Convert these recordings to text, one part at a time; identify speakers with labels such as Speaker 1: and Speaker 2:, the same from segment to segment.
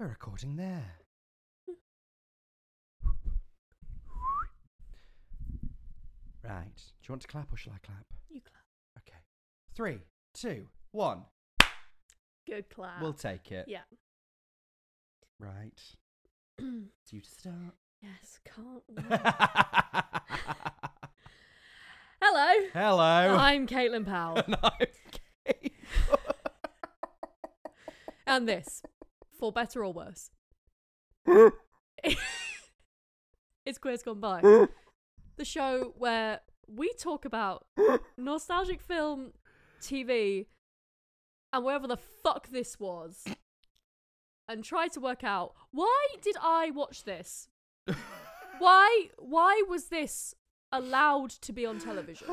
Speaker 1: We're recording there. right. Do you want to clap or shall I clap?
Speaker 2: You clap.
Speaker 1: Okay. Three, two, one.
Speaker 2: Good clap.
Speaker 1: we'll take it.
Speaker 2: Ah. yeah.
Speaker 1: Right. It's you to
Speaker 2: yes, can't wait.
Speaker 1: start.
Speaker 2: Hello.
Speaker 1: Hello.
Speaker 2: I'm Caitlin Powell.
Speaker 1: And I'm Kate.
Speaker 2: and this, for better or worse, is Queers Gone By. the show where we talk about nostalgic film, TV, and wherever the fuck this was. And try to work out why did I watch this? Why why was this allowed to be on television?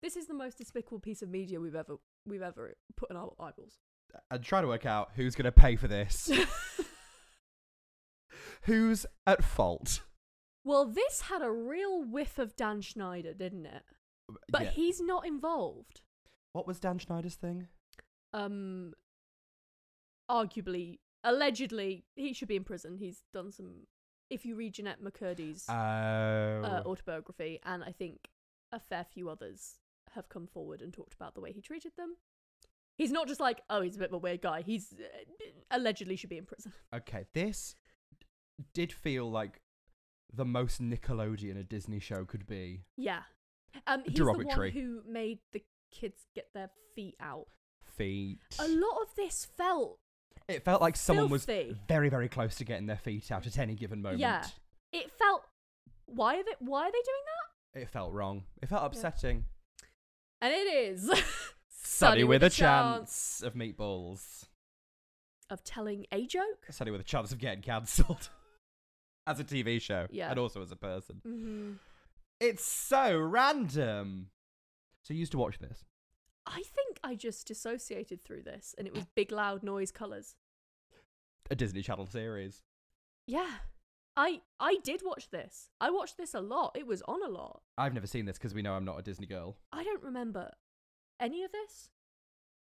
Speaker 2: This is the most despicable piece of media we've ever we've ever put in our eyeballs.
Speaker 1: and try to work out who's going to pay for this. who's at fault?
Speaker 2: well, this had a real whiff of Dan Schneider, didn't it? But
Speaker 1: Yeah.
Speaker 2: he's not involved.
Speaker 1: What was Dan Schneider's thing?
Speaker 2: Um arguably, allegedly, he should be in prison. He's done some if you read Jeanette McCurdy's
Speaker 1: Oh.
Speaker 2: uh, autobiography and I think a fair few others have come forward and talked about the way he treated them. He's not just like, oh, he's a bit of a weird guy. He's uh, allegedly should be in prison.
Speaker 1: okay, this did feel like the most Nickelodeon a Disney show could be.
Speaker 2: Yeah. Um, he's
Speaker 1: Derogatory.
Speaker 2: the one who made the kids get their feet out.
Speaker 1: Feet.
Speaker 2: A lot of this felt
Speaker 1: It felt like someone was
Speaker 2: filthy.
Speaker 1: very, very close to getting their feet out at any given moment.
Speaker 2: Yeah. It felt. Why are they? Why are they doing
Speaker 1: It felt wrong. It felt upsetting.
Speaker 2: that? And it is Sunny,
Speaker 1: Sunny with, a chance of meatballs.
Speaker 2: of telling a joke.
Speaker 1: Sunny with a chance of getting cancelled. as a TV show.
Speaker 2: Yeah.
Speaker 1: And also as a person.
Speaker 2: Mm-hmm.
Speaker 1: It's so random. So you used to watch this.
Speaker 2: I think I just dissociated through this, and it was big, loud noise, colors.
Speaker 1: A Disney Channel series.
Speaker 2: Yeah. I I did watch this. I watched this a lot. It was on a lot.
Speaker 1: I've never seen this because we know I'm not a Disney girl.
Speaker 2: I don't remember any of this.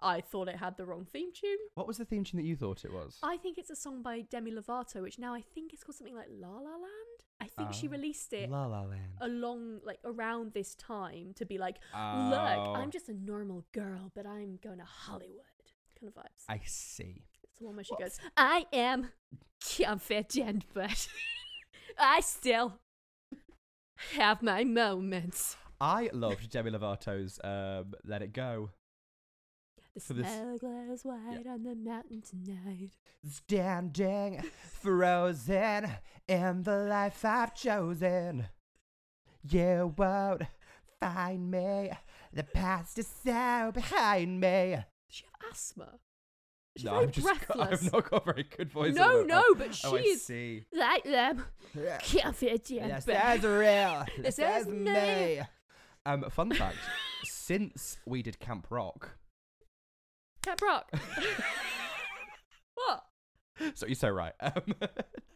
Speaker 2: I thought it had the wrong theme tune.
Speaker 1: What was the theme tune that you thought it was?
Speaker 2: I think it's a song by Demi Lovato, which now I think is called something like La La Land. I think she
Speaker 1: Oh.
Speaker 2: released it
Speaker 1: La La Land.
Speaker 2: along like around this time to be like,
Speaker 1: Oh.
Speaker 2: look, I'm just a normal girl, but I'm going to Hollywood. Kind of vibes.
Speaker 1: I see.
Speaker 2: It's the one where she
Speaker 1: What?
Speaker 2: goes, I am I'm fat gent, but I still have my moments.
Speaker 1: I loved Demi Lovato's um, "Let It Go."
Speaker 2: The
Speaker 1: For this-
Speaker 2: snow glows white on the mountain tonight.
Speaker 1: Standing frozen in the life I've chosen, you won't find me. The past is so behind me.
Speaker 2: Does she have asthma? She's
Speaker 1: no,
Speaker 2: very
Speaker 1: I'm just.
Speaker 2: breathless.
Speaker 1: I've not got a very good voice.
Speaker 2: no,
Speaker 1: at all.
Speaker 2: no,
Speaker 1: Oh,
Speaker 2: but she
Speaker 1: oh, I
Speaker 2: is
Speaker 1: see.
Speaker 2: like them.
Speaker 1: Yeah.
Speaker 2: Can't fit
Speaker 1: This
Speaker 2: yet, but-
Speaker 1: is real.
Speaker 2: This is me.
Speaker 1: Um, fun fact: since we did Camp Rock,
Speaker 2: Cat Brock. what?
Speaker 1: So you're so right. Um,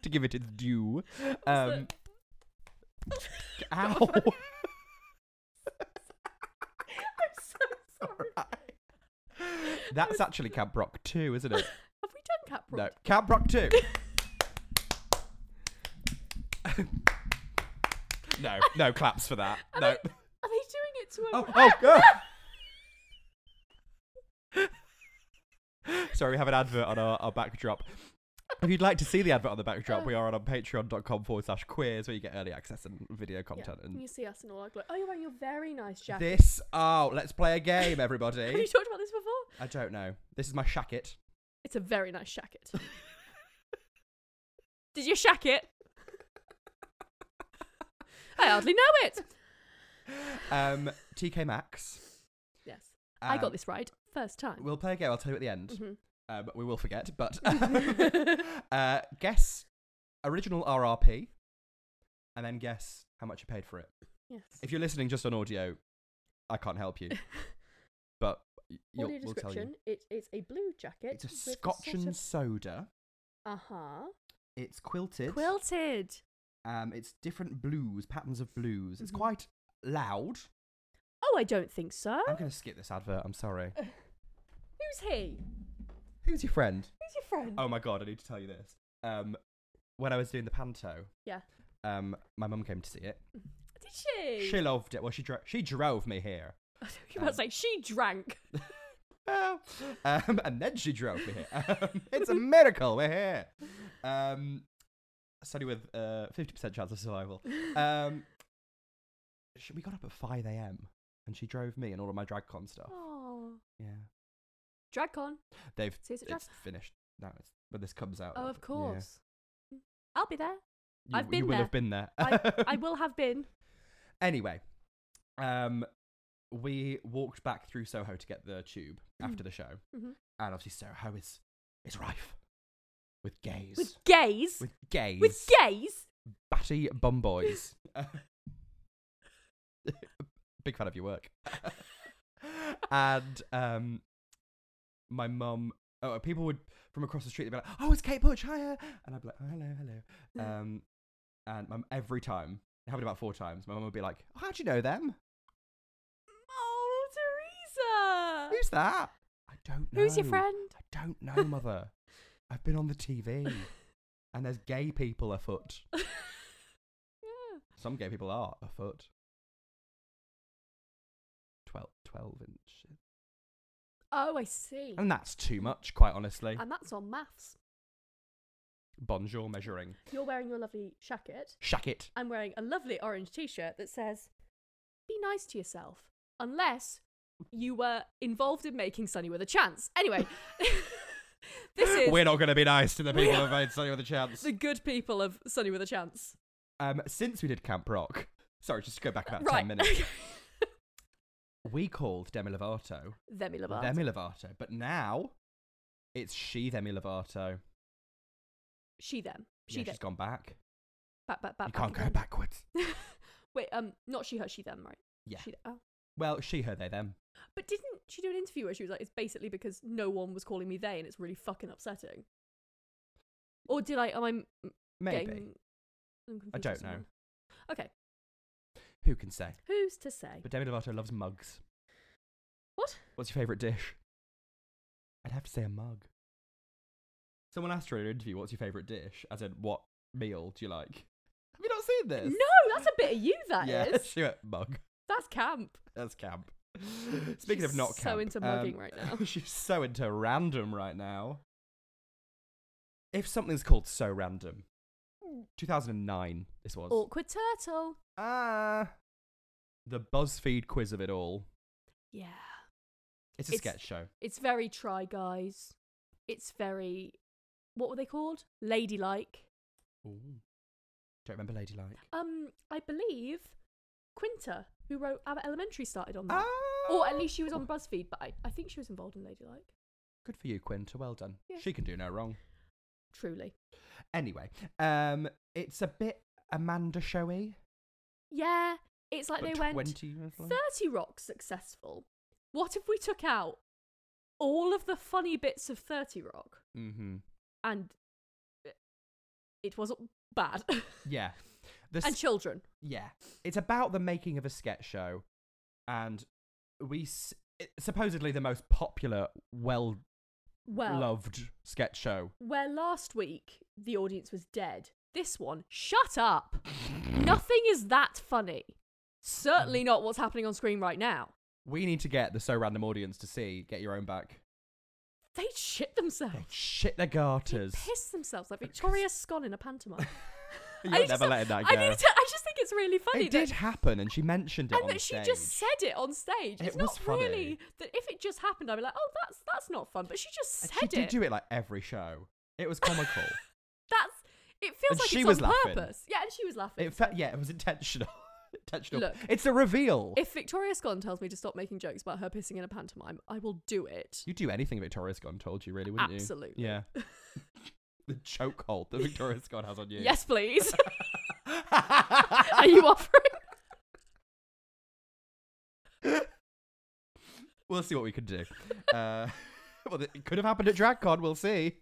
Speaker 1: to give it its due.
Speaker 2: the-
Speaker 1: Um, ow.
Speaker 2: I'm so sorry.
Speaker 1: Alright. That's actually Camp Rock 2, isn't it?
Speaker 2: Have we done Cat
Speaker 1: No,
Speaker 2: Brock?
Speaker 1: Camp Rock 2. no, no claps for that.
Speaker 2: Are,
Speaker 1: No.
Speaker 2: they, are they doing it to
Speaker 1: Oh,
Speaker 2: a
Speaker 1: oh, oh. Sorry, we have an advert on our, our backdrop. If you'd like to see the advert on the backdrop, we are on, um, patreon.com forward slash queers where you get early access and video
Speaker 2: Yeah,
Speaker 1: content.
Speaker 2: You see us in all our glory. Oh, you're wearing your very nice
Speaker 1: And
Speaker 2: jacket.
Speaker 1: this, oh, let's play a game,
Speaker 2: Have you
Speaker 1: everybody.
Speaker 2: talked about this before?
Speaker 1: I don't know. This is my shacket.
Speaker 2: It's a very nice jacket. Did you shack it? I hardly know it.
Speaker 1: Um, TK Maxx.
Speaker 2: Yes, I
Speaker 1: Um,
Speaker 2: got this right first time.
Speaker 1: We'll play a game. I'll tell you at the end.
Speaker 2: Mhm.
Speaker 1: Um, we will forget, but uh, guess original RRP, and then guess how much you paid for it.
Speaker 2: Yes.
Speaker 1: If you're listening just on audio, I can't help you, but y- you'll,
Speaker 2: Audio
Speaker 1: we'll tell you.
Speaker 2: description: It is a blue jacket.
Speaker 1: It's a Scotch and soda.
Speaker 2: Uh huh.
Speaker 1: It's quilted.
Speaker 2: Quilted.
Speaker 1: Um, it's different blues, patterns of blues. It's
Speaker 2: Mhm.
Speaker 1: quite loud.
Speaker 2: Oh, I don't think so.
Speaker 1: I'm gonna skip this advert. I'm sorry.
Speaker 2: Who's he?
Speaker 1: Who's your friend?
Speaker 2: Who's your friend?
Speaker 1: Oh my god, I need to tell you this. Um, when I was doing the panto,
Speaker 2: Yeah.
Speaker 1: um, my mum came to see it.
Speaker 2: Did she?
Speaker 1: She Um. loved it. Well, she dro- she drove me here.
Speaker 2: I thought you were about to say she drank.
Speaker 1: Well, um, and then she drove me here. Um, it's a miracle. We're here. Um, study with uh fifty percent chance of survival. Um, sh- we got up at five a.m. and she drove me and all of my drag con stuff.
Speaker 2: Oh.
Speaker 1: Yeah,
Speaker 2: DragCon.
Speaker 1: they've
Speaker 2: See us at
Speaker 1: it's finished now. It's, but this comes out.
Speaker 2: Oh, of
Speaker 1: Yeah.
Speaker 2: course. I'll be there.
Speaker 1: You-
Speaker 2: I've
Speaker 1: you
Speaker 2: been
Speaker 1: will
Speaker 2: there.
Speaker 1: have been there.
Speaker 2: I will have been.
Speaker 1: Anyway, um, we walked back through Soho to get the tube after the show,
Speaker 2: Mhm.
Speaker 1: and obviously Soho is is rife with gays,
Speaker 2: With gays.
Speaker 1: with gays,
Speaker 2: With gays.
Speaker 1: batty bum boys. Big fan of your work. and um, my mum, oh, people would from across the street they'd be like, "Oh, it's Kate Butch, hiya," and I'd be like, oh, "Hello, hello." Um, and my, every time, it happened about four times, my mum would be like, oh, "How do you know them?
Speaker 2: Oh, Teresa.
Speaker 1: Who's that?" I don't know.
Speaker 2: Who's your friend?
Speaker 1: I don't know, mother. I've been on the TV, and there's gay people afoot.
Speaker 2: Yeah.
Speaker 1: Some gay people are a foot. 12, 12 inches.
Speaker 2: Oh, I see.
Speaker 1: And that's too much, quite honestly.
Speaker 2: And that's on maths.
Speaker 1: Bonjour measuring.
Speaker 2: You're wearing your lovely jacket.
Speaker 1: Shack it.
Speaker 2: I'm wearing a lovely orange t shirt that says, Be nice to yourself. Unless you were involved in making Sunny with a chance. Anyway, this is
Speaker 1: We're not going to be nice to the
Speaker 2: We
Speaker 1: people
Speaker 2: are-
Speaker 1: who've made something with a chance.
Speaker 2: the good people of Sunny with a chance.
Speaker 1: Um, since we did Camp Rock, sorry, just to go back about
Speaker 2: right.
Speaker 1: 10 minutes, we called Demi Lovato
Speaker 2: Demi Lovato.
Speaker 1: Demi Lovato, but now it's she Demi Lovato.
Speaker 2: she them. She
Speaker 1: yeah,
Speaker 2: them.
Speaker 1: she's gone back.
Speaker 2: Back, back, back.
Speaker 1: you can't go
Speaker 2: again.
Speaker 1: backwards.
Speaker 2: Wait, um, not she her, she them, right?
Speaker 1: Yeah.
Speaker 2: She, oh.
Speaker 1: Well, she, her, they, them.
Speaker 2: But didn't she do an interview where she was like, it's basically because no one was calling me they and it's really fucking upsetting? Or did I, am I m-
Speaker 1: Maybe.
Speaker 2: getting. I'm confused
Speaker 1: I
Speaker 2: with
Speaker 1: don't
Speaker 2: someone.
Speaker 1: know.
Speaker 2: Okay,
Speaker 1: Who can say?
Speaker 2: who's to say?
Speaker 1: But Demi Lovato loves mugs.
Speaker 2: What?
Speaker 1: What's your favourite dish? I'd have to say a mug. Someone asked her in an interview, what's your favourite dish? As in, what meal do you like? Have you not seen this?
Speaker 2: No, that's a bit of you, That is.
Speaker 1: yeah, she went, mug.
Speaker 2: That's camp.
Speaker 1: That's camp. Speaking
Speaker 2: She's
Speaker 1: of not
Speaker 2: so
Speaker 1: camp. um,
Speaker 2: into mugging right now.
Speaker 1: she's so into random right now. If something's called so random. 2009, this was.
Speaker 2: Awkward turtle.
Speaker 1: Ah. the BuzzFeed quiz of it all.
Speaker 2: Yeah.
Speaker 1: It's a
Speaker 2: It's-
Speaker 1: sketch show.
Speaker 2: It's very try guys. It's very, what were they called? Ladylike.
Speaker 1: Ooh. Don't remember Ladylike.
Speaker 2: Um, I believe Quinta, who wrote Abbott Elementary, started on that.
Speaker 1: Oh.
Speaker 2: Or at least she was on BuzzFeed, but I, I think she was involved in Ladylike.
Speaker 1: Good for you, Quinta. Well done.
Speaker 2: Yeah.
Speaker 1: She can do no wrong.
Speaker 2: Truly.
Speaker 1: Anyway, um, it's a bit Amanda showy.
Speaker 2: Yeah, it's like
Speaker 1: but
Speaker 2: they went
Speaker 1: 20 years later.
Speaker 2: 30 Rock successful. What if we took out all of the funny bits of 30 Rock
Speaker 1: Mhm.
Speaker 2: and eh, it wasn't bad?
Speaker 1: Yeah. The
Speaker 2: and
Speaker 1: s-
Speaker 2: children.
Speaker 1: yeah. It's about the making of a sketch show, and we s- it- supposedly the most popular, well
Speaker 2: Well,
Speaker 1: loved sketch show.
Speaker 2: where last week the audience was dead, this one, shut up! Nothing is that funny.
Speaker 1: Mm.
Speaker 2: Certainly not what's happening on screen right now.
Speaker 1: We need to get the so random audience to see Get Your Own Back.
Speaker 2: They shit themselves.
Speaker 1: They shit their
Speaker 2: They
Speaker 1: garters.
Speaker 2: piss themselves like Victoria Scone in a pantomime.
Speaker 1: You're
Speaker 2: I just-
Speaker 1: never letting that go.
Speaker 2: I, need to, I just think it's really funny.
Speaker 1: it
Speaker 2: that-
Speaker 1: did happen, and she mentioned it.
Speaker 2: and
Speaker 1: on
Speaker 2: that she
Speaker 1: stage.
Speaker 2: just said it on stage.
Speaker 1: It
Speaker 2: It's
Speaker 1: was
Speaker 2: not
Speaker 1: funny.
Speaker 2: really that if it just happened, I'd be like, oh, that's that's not fun. But she just
Speaker 1: And
Speaker 2: said
Speaker 1: she did
Speaker 2: it.
Speaker 1: do it like every show. It was comical.
Speaker 2: That's it. Feels
Speaker 1: And
Speaker 2: like
Speaker 1: she
Speaker 2: it's
Speaker 1: was
Speaker 2: on
Speaker 1: laughing.
Speaker 2: purpose. Yeah, and she was laughing.
Speaker 1: it felt yeah, it was intentional. intentional.
Speaker 2: Look.
Speaker 1: it's a reveal.
Speaker 2: If Victoria Scone tells me to stop making jokes about her pissing in a pantomime, I will do it.
Speaker 1: You'd do anything Victoria Scott told you, really, wouldn't
Speaker 2: Absolutely.
Speaker 1: you? Yeah. the chokehold that Victoria Scott has on you.
Speaker 2: Yes, please. Are you offering?
Speaker 1: we'll see what we can do. Uh, well, it could have happened at DragCon. We'll see.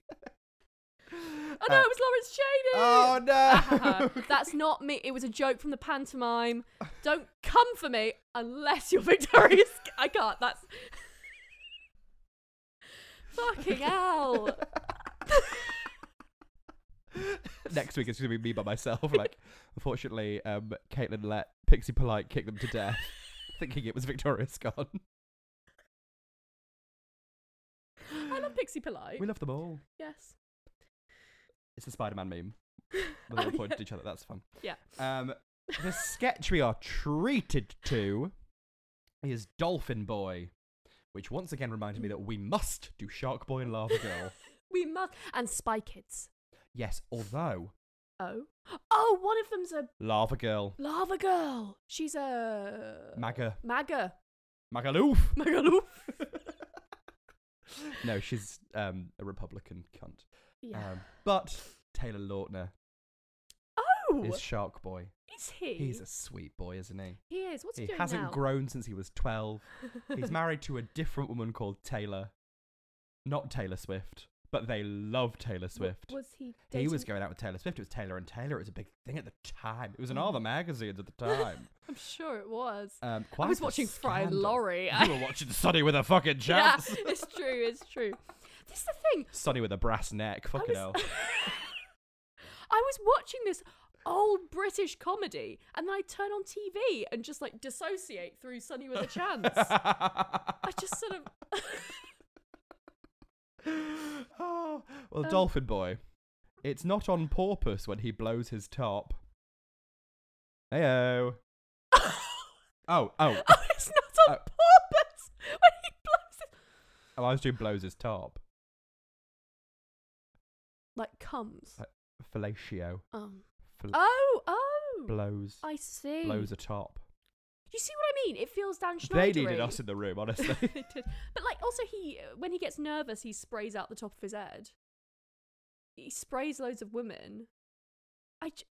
Speaker 2: Oh no, it was Lawrence Cheney.
Speaker 1: Oh no!
Speaker 2: That's not me. It was a joke from the pantomime. Don't come for me unless you're Victoria's. I can't. That's Fucking hell.
Speaker 1: Next week it's gonna be me by myself. Like, unfortunately, um, Caitlin let Pixie Polite kick them to death, thinking it was Victoria Scott.
Speaker 2: I love Pixie Polite.
Speaker 1: We love them all.
Speaker 2: yes.
Speaker 1: It's the Spider-Man meme. They
Speaker 2: Oh,
Speaker 1: all point
Speaker 2: yeah.
Speaker 1: at each other. That's fun.
Speaker 2: Yeah.
Speaker 1: Um, the sketch we are treated to is Dolphin Boy, which once again reminded me that we must do Shark Boy and Lava Girl.
Speaker 2: We must. And Spy Kids.
Speaker 1: yes, although
Speaker 2: Oh. Oh, one of them's a
Speaker 1: Lava Girl,
Speaker 2: lava girl. She's a.
Speaker 1: Maga,
Speaker 2: Maga.
Speaker 1: Magaloof.
Speaker 2: Magaloof.
Speaker 1: Uh, No, she's um, a Republican cunt.
Speaker 2: Yeah.
Speaker 1: Um, but Taylor Lautner
Speaker 2: oh!
Speaker 1: is
Speaker 2: Is,
Speaker 1: Shark Boy.
Speaker 2: he?
Speaker 1: He's a sweet boy, isn't he?
Speaker 2: he is. What's he,
Speaker 1: he
Speaker 2: doing
Speaker 1: hasn't
Speaker 2: now?
Speaker 1: grown since he was 12. He's married to a different woman called Taylor. Not Taylor Swift, but they love Taylor
Speaker 2: W-
Speaker 1: Swift.
Speaker 2: Was he?
Speaker 1: he was
Speaker 2: dating-
Speaker 1: going out with Taylor Swift. It was Taylor and Taylor. It was a big thing at the time. It was
Speaker 2: Mm.
Speaker 1: in all the magazines at the time.
Speaker 2: I'm sure it was.
Speaker 1: Um, quite
Speaker 2: I was
Speaker 1: a
Speaker 2: watching Fry and
Speaker 1: scandal.
Speaker 2: Laurie.
Speaker 1: You were watching Sonny with a fucking
Speaker 2: yeah,
Speaker 1: chance.
Speaker 2: it's true. It's true. This is the thing.
Speaker 1: Sonny with a brass neck. Fucking
Speaker 2: I
Speaker 1: hell.
Speaker 2: was, I was watching this old British comedy, and then I turn on TV and just like dissociate through Sunny with a Chance. I just sort of.
Speaker 1: oh, well,
Speaker 2: Um,
Speaker 1: Dolphin Boy. It's not on porpoise when he blows his top. Heyo. Oh, oh,
Speaker 2: oh, it's not
Speaker 1: Oh.
Speaker 2: on purpose when he blows it.
Speaker 1: oh, I was doing blows his top.
Speaker 2: Like
Speaker 1: Uh,
Speaker 2: comes.
Speaker 1: Fellatio.
Speaker 2: Um.
Speaker 1: Fl-
Speaker 2: Oh, oh.
Speaker 1: blows.
Speaker 2: I see.
Speaker 1: Blows a top.
Speaker 2: You see what I mean? It feels Dan
Speaker 1: They
Speaker 2: Schneider.
Speaker 1: needed us in the room, honestly.
Speaker 2: But like, also he uh, when he gets nervous, he sprays out the top of his head. He sprays loads of women. I. J-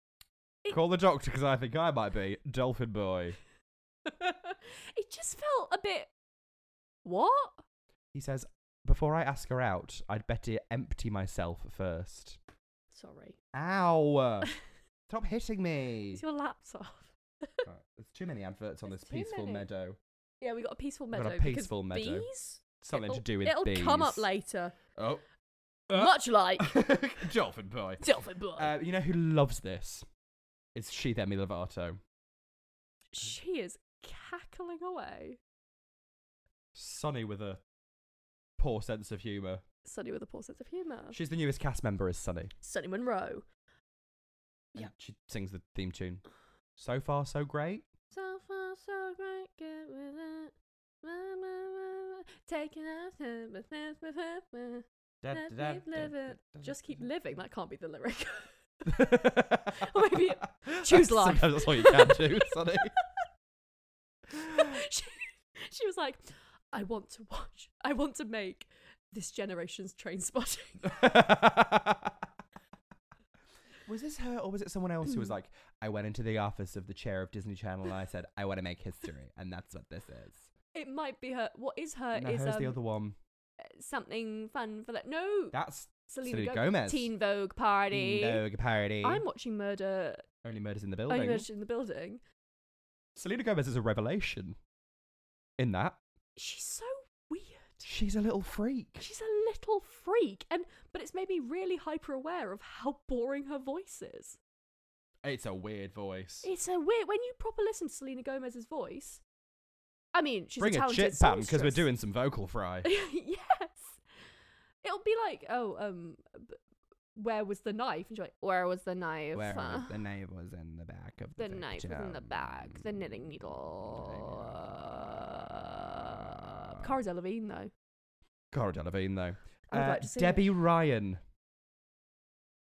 Speaker 1: Call the doctor because I think I might be Dolphin Boy.
Speaker 2: it just felt a bit. What?
Speaker 1: He says, Before I ask her out, I'd better empty myself first.
Speaker 2: Sorry.
Speaker 1: Ow! Stop hitting me!
Speaker 2: Is your laptop?
Speaker 1: Right, There's too many adverts on
Speaker 2: There's
Speaker 1: this
Speaker 2: too
Speaker 1: peaceful
Speaker 2: many.
Speaker 1: meadow.
Speaker 2: Yeah, we got a peaceful
Speaker 1: We've
Speaker 2: meadow.
Speaker 1: got a
Speaker 2: because
Speaker 1: peaceful meadow.
Speaker 2: Bees?
Speaker 1: Something
Speaker 2: It'll-
Speaker 1: to do with
Speaker 2: It'll
Speaker 1: bees.
Speaker 2: come up later.
Speaker 1: Oh, Uh.
Speaker 2: Much like
Speaker 1: dolphin boy.
Speaker 2: Delphin Boy.
Speaker 1: Uh, you know who loves this? It's she, Demi Lovato.
Speaker 2: she is cackling away.
Speaker 1: Sonny with a poor sense of humour.
Speaker 2: Sunny with a poor sense of humour.
Speaker 1: She's the newest cast member, is Sonny.
Speaker 2: Sunny Monroe.
Speaker 1: and
Speaker 2: Yeah.
Speaker 1: She sings the theme tune. So far, so great.
Speaker 2: So far, so great, get with it. Ma, ma, ma, ma. Taking our time, but that's my purpose.
Speaker 1: Da-
Speaker 2: Let
Speaker 1: da-
Speaker 2: me
Speaker 1: da-
Speaker 2: live
Speaker 1: da-
Speaker 2: it.
Speaker 1: da-
Speaker 2: Just
Speaker 1: da-
Speaker 2: keep
Speaker 1: da-
Speaker 2: living. That can't be the lyric.
Speaker 1: or
Speaker 2: maybe choose life.
Speaker 1: Sometimes that's all you can do, Sonny.
Speaker 2: she, she was like, I want to watch, I want to make this generation's train spotting.
Speaker 1: was this her or was it someone else who was
Speaker 2: Mm.
Speaker 1: like, I went into the office of the chair of Disney Channel and I said, I want to make history, and that's what this is.
Speaker 2: It might be her. What is her?
Speaker 1: no,
Speaker 2: is
Speaker 1: here's
Speaker 2: um,
Speaker 1: the other one.
Speaker 2: something fun for that. No,
Speaker 1: That's
Speaker 2: Selena,
Speaker 1: Selena
Speaker 2: Go-
Speaker 1: Gomez.
Speaker 2: Teen Vogue party.
Speaker 1: no parody.
Speaker 2: I'm watching Murder oh,
Speaker 1: Only murders in the building.
Speaker 2: Only Murder in the Building.
Speaker 1: Selena Gomez is a revelation. In that,
Speaker 2: She's so weird.
Speaker 1: she's a little freak.
Speaker 2: She's a little freak, and but it's made me really hyper aware of how boring her voice is.
Speaker 1: It's a weird voice.
Speaker 2: It's a weird when you proper listen to Selena Gomez's voice. I mean, she's
Speaker 1: Bring
Speaker 2: a
Speaker 1: a
Speaker 2: talented
Speaker 1: chip pan because we're
Speaker 2: songstress.
Speaker 1: doing some vocal fry.
Speaker 2: yes, it'll be like, oh, um, b- where was the knife? And you're like, where was the knife?
Speaker 1: Where
Speaker 2: Uh,
Speaker 1: the knife was in the back of
Speaker 2: the
Speaker 1: the
Speaker 2: knife was in the bag. The
Speaker 1: victim.
Speaker 2: knitting needle.
Speaker 1: needle.
Speaker 2: Cara Delevingne, though.
Speaker 1: Cara Delevingne, though.
Speaker 2: I would
Speaker 1: Uh,
Speaker 2: like to see
Speaker 1: Debbie Ryan.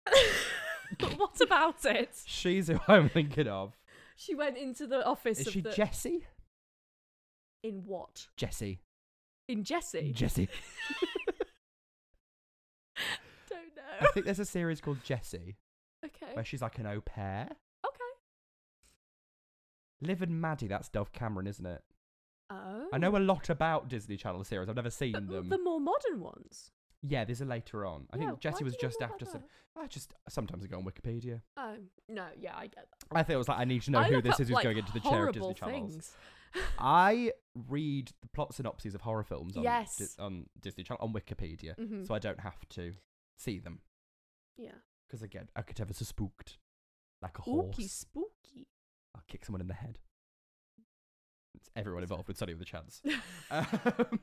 Speaker 2: But what about it?
Speaker 1: She's who I'm thinking of.
Speaker 2: She went into the office
Speaker 1: Is
Speaker 2: of
Speaker 1: she
Speaker 2: the
Speaker 1: Jessie?
Speaker 2: in what?
Speaker 1: Jessie.
Speaker 2: In Jesse?
Speaker 1: Jessie.
Speaker 2: Don't
Speaker 1: I
Speaker 2: know.
Speaker 1: think there's a series called Jessie
Speaker 2: Okay.
Speaker 1: where she's like an au pair.
Speaker 2: Okay.
Speaker 1: Liv and Maddie, that's Dove Cameron, isn't it?
Speaker 2: Oh.
Speaker 1: I know a lot about Disney Channel series. I've never seen
Speaker 2: But
Speaker 1: them.
Speaker 2: The more modern ones.
Speaker 1: Yeah, there's a later on. I
Speaker 2: Yeah,
Speaker 1: think Jesse
Speaker 2: why
Speaker 1: was
Speaker 2: do you
Speaker 1: just
Speaker 2: know about
Speaker 1: after some.
Speaker 2: that?
Speaker 1: I just sometimes I go on Wikipedia.
Speaker 2: Oh no, yeah, I get that.
Speaker 1: I thought it was like I need to know
Speaker 2: I
Speaker 1: who
Speaker 2: look
Speaker 1: this
Speaker 2: up,
Speaker 1: is who's
Speaker 2: like,
Speaker 1: going into the chair of Disney
Speaker 2: horrible
Speaker 1: Channel.
Speaker 2: things.
Speaker 1: I read the plot synopses of horror films on
Speaker 2: Yes.
Speaker 1: Dis- on Disney Channel on Wikipedia,
Speaker 2: Mhm.
Speaker 1: so I don't have to see them
Speaker 2: Yeah.
Speaker 1: because again, I could have us spooked like a
Speaker 2: Spooky,
Speaker 1: horse.
Speaker 2: spooky.
Speaker 1: I'll kick someone in the head. It's everyone involved with Sunny with a Chance. Um,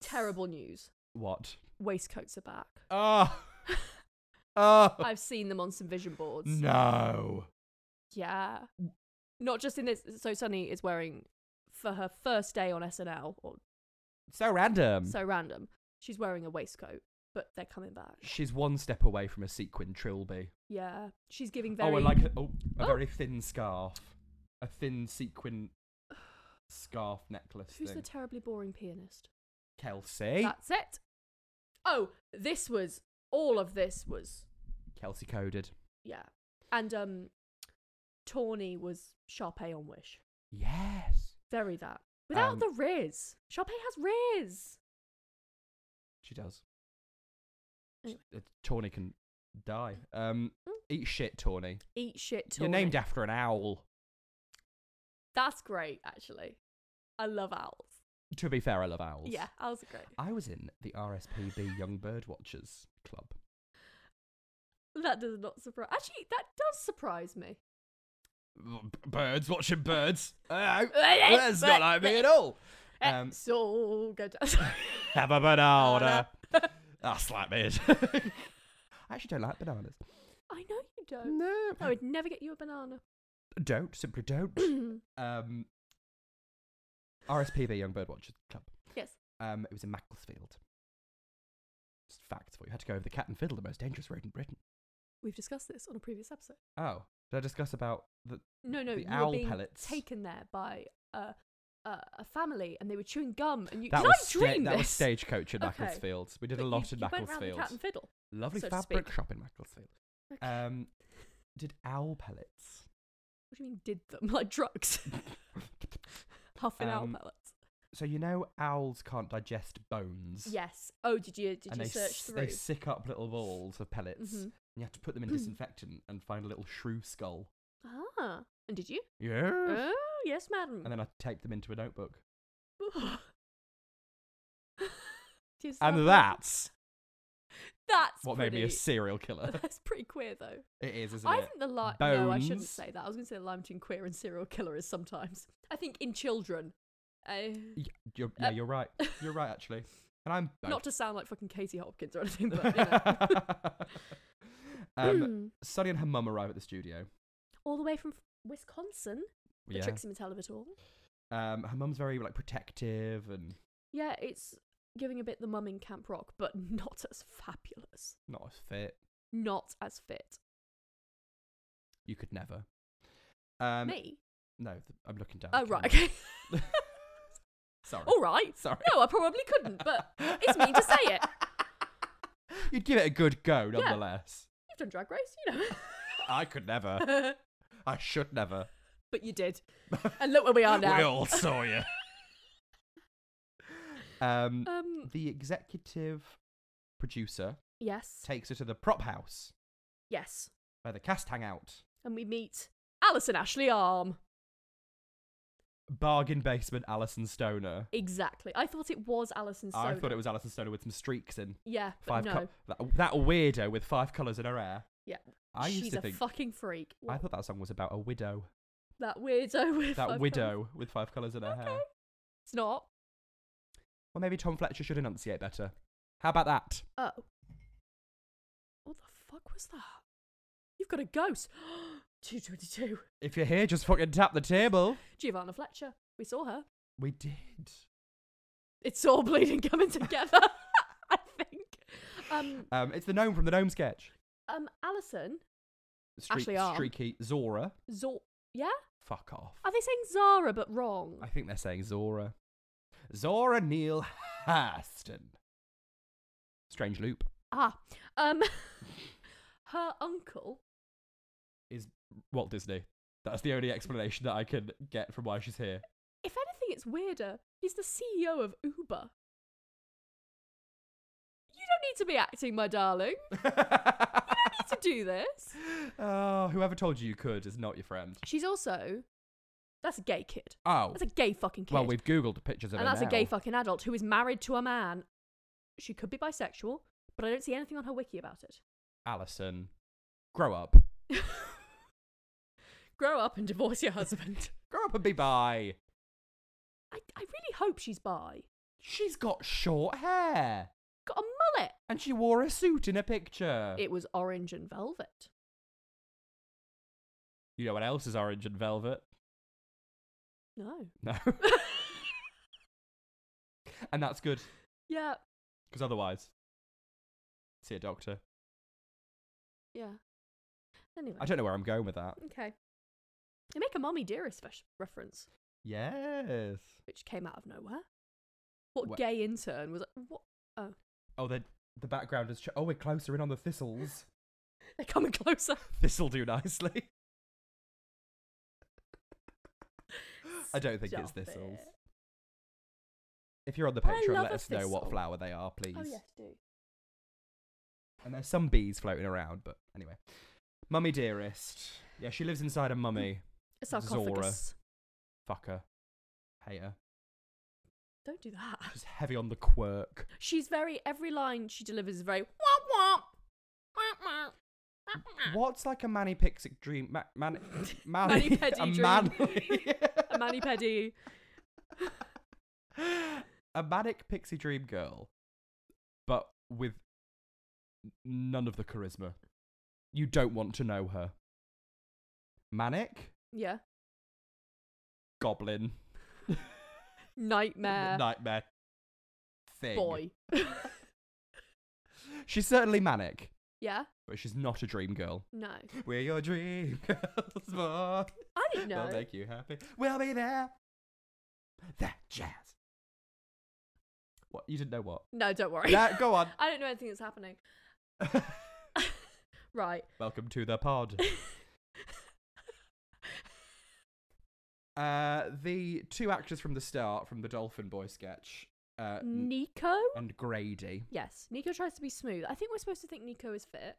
Speaker 2: Terrible news.
Speaker 1: what?
Speaker 2: Waistcoats are back.
Speaker 1: Oh, oh
Speaker 2: I've seen them on some vision boards.
Speaker 1: no!
Speaker 2: Yeah. Not just in this. So Sunny is wearing, for her first day on SNL, or
Speaker 1: So random.
Speaker 2: so random, she's wearing a waistcoat, but they're coming back.
Speaker 1: She's one step away from a sequin trilby.
Speaker 2: Yeah. She's giving very.
Speaker 1: Oh, and like a, oh, a
Speaker 2: Oh.
Speaker 1: very thin scarf, a thin sequin scarf necklace
Speaker 2: Who's
Speaker 1: thing.
Speaker 2: the terribly boring pianist?
Speaker 1: Kelsey,
Speaker 2: That's it. Oh, this was. All of this was.
Speaker 1: Kelsey coded.
Speaker 2: Yeah. And, um, Tawny was Sharpay on Wish.
Speaker 1: Yes,
Speaker 2: Very that. Without
Speaker 1: Um,
Speaker 2: the Riz. Sharpay has Riz.
Speaker 1: she does.
Speaker 2: Anyway.
Speaker 1: Uh, Tawny can die. Um,
Speaker 2: Mm.
Speaker 1: eat shit, Tawny.
Speaker 2: Eat shit, Tawny.
Speaker 1: You're named after an owl.
Speaker 2: That's great, actually. I love owls.
Speaker 1: To be fair, I love owls.
Speaker 2: Yeah, owls are great.
Speaker 1: I was in the RSPB Young Bird Watchers Club.
Speaker 2: That does not surprise. Actually, that does surprise me.
Speaker 1: B- Birds watching birds. Oh, that's not like me at all. Um,
Speaker 2: It's all good. Sorry.
Speaker 1: Have a banana. That's like me. I actually don't like bananas.
Speaker 2: I know you don't.
Speaker 1: No,
Speaker 2: I would never get you a banana.
Speaker 1: don't simply don't. um, RSPB Young Bird Watchers Club.
Speaker 2: yes.
Speaker 1: Um, it was in Macclesfield. Just facts for you. Had to go over the cat and fiddle, the most dangerous road in Britain.
Speaker 2: We've discussed this on a previous episode.
Speaker 1: Oh, did I discuss about the?
Speaker 2: No, no,
Speaker 1: The
Speaker 2: you
Speaker 1: owl
Speaker 2: were being
Speaker 1: pellets.
Speaker 2: taken there by a, a, a family and they were chewing gum and you
Speaker 1: That
Speaker 2: Did
Speaker 1: was
Speaker 2: I
Speaker 1: sta-
Speaker 2: dream
Speaker 1: that was
Speaker 2: this?
Speaker 1: stagecoach in
Speaker 2: Okay.
Speaker 1: Macclesfield. We did
Speaker 2: But
Speaker 1: a
Speaker 2: you-
Speaker 1: lot in
Speaker 2: you went round the
Speaker 1: Macclesfield.
Speaker 2: cat and fiddle.
Speaker 1: Lovely
Speaker 2: so to
Speaker 1: fabric
Speaker 2: speak.
Speaker 1: shop in Macclesfield.
Speaker 2: Okay.
Speaker 1: Um, did owl pellets?
Speaker 2: What do you mean did them? Like drugs. Huffing owl
Speaker 1: Um,
Speaker 2: pellets.
Speaker 1: So you know owls can't digest bones.
Speaker 2: Yes. Oh, did you did
Speaker 1: and
Speaker 2: you
Speaker 1: they
Speaker 2: search
Speaker 1: s-
Speaker 2: through?
Speaker 1: they sick up little balls of pellets.
Speaker 2: Mhm.
Speaker 1: And you have to put them in disinfectant and find a little shrew skull.
Speaker 2: Ah. And did you?
Speaker 1: Yeah.
Speaker 2: Oh, yes, madam.
Speaker 1: And then I tape them into a notebook.
Speaker 2: Do you sound like-
Speaker 1: And that's
Speaker 2: that's
Speaker 1: what
Speaker 2: pretty,
Speaker 1: made me a serial killer.
Speaker 2: That's pretty queer though.
Speaker 1: it is, isn't
Speaker 2: I
Speaker 1: it?
Speaker 2: think the line. No, I shouldn't
Speaker 1: Bones.
Speaker 2: say that. I was going to say the line between queer and serial killer is sometimes. I think in children, uh,
Speaker 1: Y- You're, yeah,
Speaker 2: Uh,
Speaker 1: you're right. You're right, actually. And I'm both.
Speaker 2: not to sound like fucking Katie Hopkins or anything, but you know.
Speaker 1: um, Sonny and her mum arrive at the studio.
Speaker 2: all the way from Wisconsin, the
Speaker 1: yeah.
Speaker 2: Trixie Mattel of it all.
Speaker 1: Um, her mum's very like protective and
Speaker 2: Yeah, it's giving a bit the mum in Camp Rock, but not as fabulous,
Speaker 1: not as fit.
Speaker 2: not as fit.
Speaker 1: You could never. Um,
Speaker 2: Me?
Speaker 1: No, th- I'm looking down.
Speaker 2: Oh
Speaker 1: at
Speaker 2: right,
Speaker 1: camera.
Speaker 2: okay.
Speaker 1: Sorry.
Speaker 2: all right.
Speaker 1: Sorry.
Speaker 2: No, I probably couldn't, but it's mean to say it.
Speaker 1: You'd give it a good go, nonetheless.
Speaker 2: you've done Drag Race, you know.
Speaker 1: I could never. I should never.
Speaker 2: but you did, and look where we are now.
Speaker 1: We all saw you. um,
Speaker 2: Um.
Speaker 1: the executive producer
Speaker 2: Yes.
Speaker 1: takes her to the prop house
Speaker 2: Yes.
Speaker 1: where the cast hang out.
Speaker 2: And we meet Alison Ashley Arm.
Speaker 1: Bargain basement Alison Stoner.
Speaker 2: Exactly. I thought it was Alison. Soda.
Speaker 1: I thought it was Alison Stoner with some streaks and
Speaker 2: Yeah. But
Speaker 1: five.
Speaker 2: no.
Speaker 1: co- that, that weirdo with five colours in her hair.
Speaker 2: Yeah.
Speaker 1: I used
Speaker 2: She's
Speaker 1: to
Speaker 2: a
Speaker 1: think.
Speaker 2: fucking freak.
Speaker 1: I thought that song was about a widow.
Speaker 2: that weirdo with
Speaker 1: That
Speaker 2: five
Speaker 1: widow with five colours in her
Speaker 2: colours.
Speaker 1: hair.
Speaker 2: Okay. It's not.
Speaker 1: Well, maybe Tom Fletcher should enunciate better. How about that?
Speaker 2: Oh. What the fuck was that? You've got a ghost. Two twenty two.
Speaker 1: If you're here, just fucking tap the table.
Speaker 2: Giovanna Fletcher. We saw her.
Speaker 1: We did.
Speaker 2: It's all bleeding coming together. I think. Um.
Speaker 1: Um, it's the gnome from the gnome sketch.
Speaker 2: Um. Alison. Ashley
Speaker 1: Streak,
Speaker 2: Arm.
Speaker 1: streaky Zora.
Speaker 2: Zor. Yeah.
Speaker 1: Fuck off.
Speaker 2: Are they saying Zara but wrong?
Speaker 1: I think they're saying Zora. Zora Neale Hurston. Strange loop.
Speaker 2: Ah, um, her uncle.
Speaker 1: Walt Disney. That's the only explanation that I can get from why she's here.
Speaker 2: If E anything, it's weirder. He's the CEO of Uber. don't need to be acting, my darling. Need to do this.
Speaker 1: oh, whoever told you you could is not your friend.
Speaker 2: She's also. That's a gay kid.
Speaker 1: Oh,
Speaker 2: That's a gay fucking kid.
Speaker 1: well, we've googled pictures of
Speaker 2: and
Speaker 1: her
Speaker 2: that's a gay
Speaker 1: now.
Speaker 2: fucking adult who is married to a man. She could be bisexual, but I don't see anything on her wiki about it.
Speaker 1: Alison, grow up.
Speaker 2: Grow up and divorce your husband.
Speaker 1: Grow up and be bi.
Speaker 2: I, I really hope she's bi.
Speaker 1: She's got short hair.
Speaker 2: Got a mullet.
Speaker 1: And she wore a suit in a picture.
Speaker 2: It was orange and velvet.
Speaker 1: you know what else is orange and velvet?
Speaker 2: No.
Speaker 1: No. and that's good,
Speaker 2: Yeah.
Speaker 1: because otherwise, see a doctor.
Speaker 2: Yeah. Anyway.
Speaker 1: I don't know where I'm going with that.
Speaker 2: Okay. They make a Mommy Dearest fesh- reference,
Speaker 1: Yes.
Speaker 2: which came out of nowhere. What
Speaker 1: Wha-
Speaker 2: gay intern was like, what?
Speaker 1: Oh, the the background is. Ch- oh, we're closer in on the thistles.
Speaker 2: They're coming closer.
Speaker 1: This'll do nicely. I don't think it's
Speaker 2: Stop it.
Speaker 1: thistles. If you're on the
Speaker 2: But I
Speaker 1: Patreon,
Speaker 2: love
Speaker 1: let
Speaker 2: a
Speaker 1: us know what
Speaker 2: thistle.
Speaker 1: flower they are, please.
Speaker 2: Oh, yes, do.
Speaker 1: And there's some bees floating around, but anyway. Mummy dearest. Yeah, she lives inside a mummy.
Speaker 2: A
Speaker 1: Zora.
Speaker 2: sarcophagus.
Speaker 1: Fuck her. Hate her.
Speaker 2: Don't do that.
Speaker 1: She's heavy on the quirk.
Speaker 2: She's very, every line she delivers is very womp womp. Womp womp. Womp womp.
Speaker 1: What's like a Manny Pixic dream? Ma- man- Manny,
Speaker 2: Mani Pedi
Speaker 1: a
Speaker 2: dream.
Speaker 1: Manly.
Speaker 2: A mani pedi.
Speaker 1: a manic pixie dream girl, but with none of the charisma. You don't want to know her. Manic
Speaker 2: Yeah.
Speaker 1: goblin
Speaker 2: Nightmare
Speaker 1: nightmare thing.
Speaker 2: boy.
Speaker 1: She's certainly manic,
Speaker 2: yeah.
Speaker 1: but she's not a dream girl.
Speaker 2: No.
Speaker 1: We're your dream girls, boy.
Speaker 2: I didn't know.
Speaker 1: We'll make you happy. We'll be there. That jazz. What you didn't know what?
Speaker 2: No, don't worry.
Speaker 1: Yeah, go on.
Speaker 2: I don't know anything that's happening. Right.
Speaker 1: Welcome to the pod. uh, the two actors from the start, from the Dolphin Boy sketch, uh, N-
Speaker 2: Nico?
Speaker 1: and Grady.
Speaker 2: Yes. Nico tries to be smooth. I think we're supposed to think Nico is fit.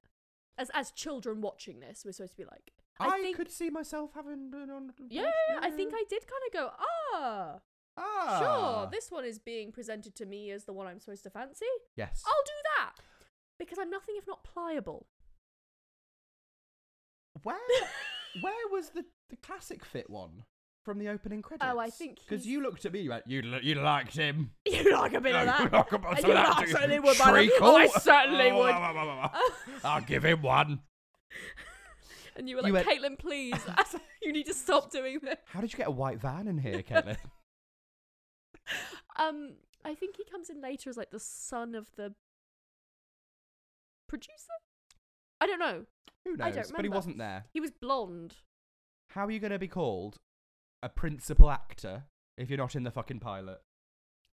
Speaker 2: As as children watching this, we're supposed to be like
Speaker 1: I,
Speaker 2: think
Speaker 1: could see myself having been on.
Speaker 2: yeah, I think I did kind of go, ah,
Speaker 1: Ah.
Speaker 2: sure, this one is being presented to me as the one I'm supposed to fancy.
Speaker 1: yes.
Speaker 2: I'll do that because I'm nothing if not pliable.
Speaker 1: Where where was the the classic fit one from the opening credits?
Speaker 2: Oh, I think
Speaker 1: because
Speaker 2: he's-
Speaker 1: you looked at me, you went, you li- you liked him.
Speaker 2: you like a bit of
Speaker 1: You
Speaker 2: that.
Speaker 1: like him,
Speaker 2: And
Speaker 1: so
Speaker 2: you
Speaker 1: that
Speaker 2: like,
Speaker 1: do-
Speaker 2: certainly would, my love.
Speaker 1: Shriekle.
Speaker 2: Oh, I certainly
Speaker 1: Oh,
Speaker 2: would.
Speaker 1: wah, wah, wah, wah, wah. I'll give him one.
Speaker 2: and you were
Speaker 1: You
Speaker 2: like, Caitlin, please, you need to stop doing this.
Speaker 1: How did you get a white van in here, Caitlin?
Speaker 2: Um, I think he comes in later as like the son of the producer. I don't know.
Speaker 1: Who knows?
Speaker 2: I don't
Speaker 1: But he
Speaker 2: remember.
Speaker 1: wasn't there.
Speaker 2: He was blonde.
Speaker 1: How are you going to be called a principal actor if you're not in the fucking pilot?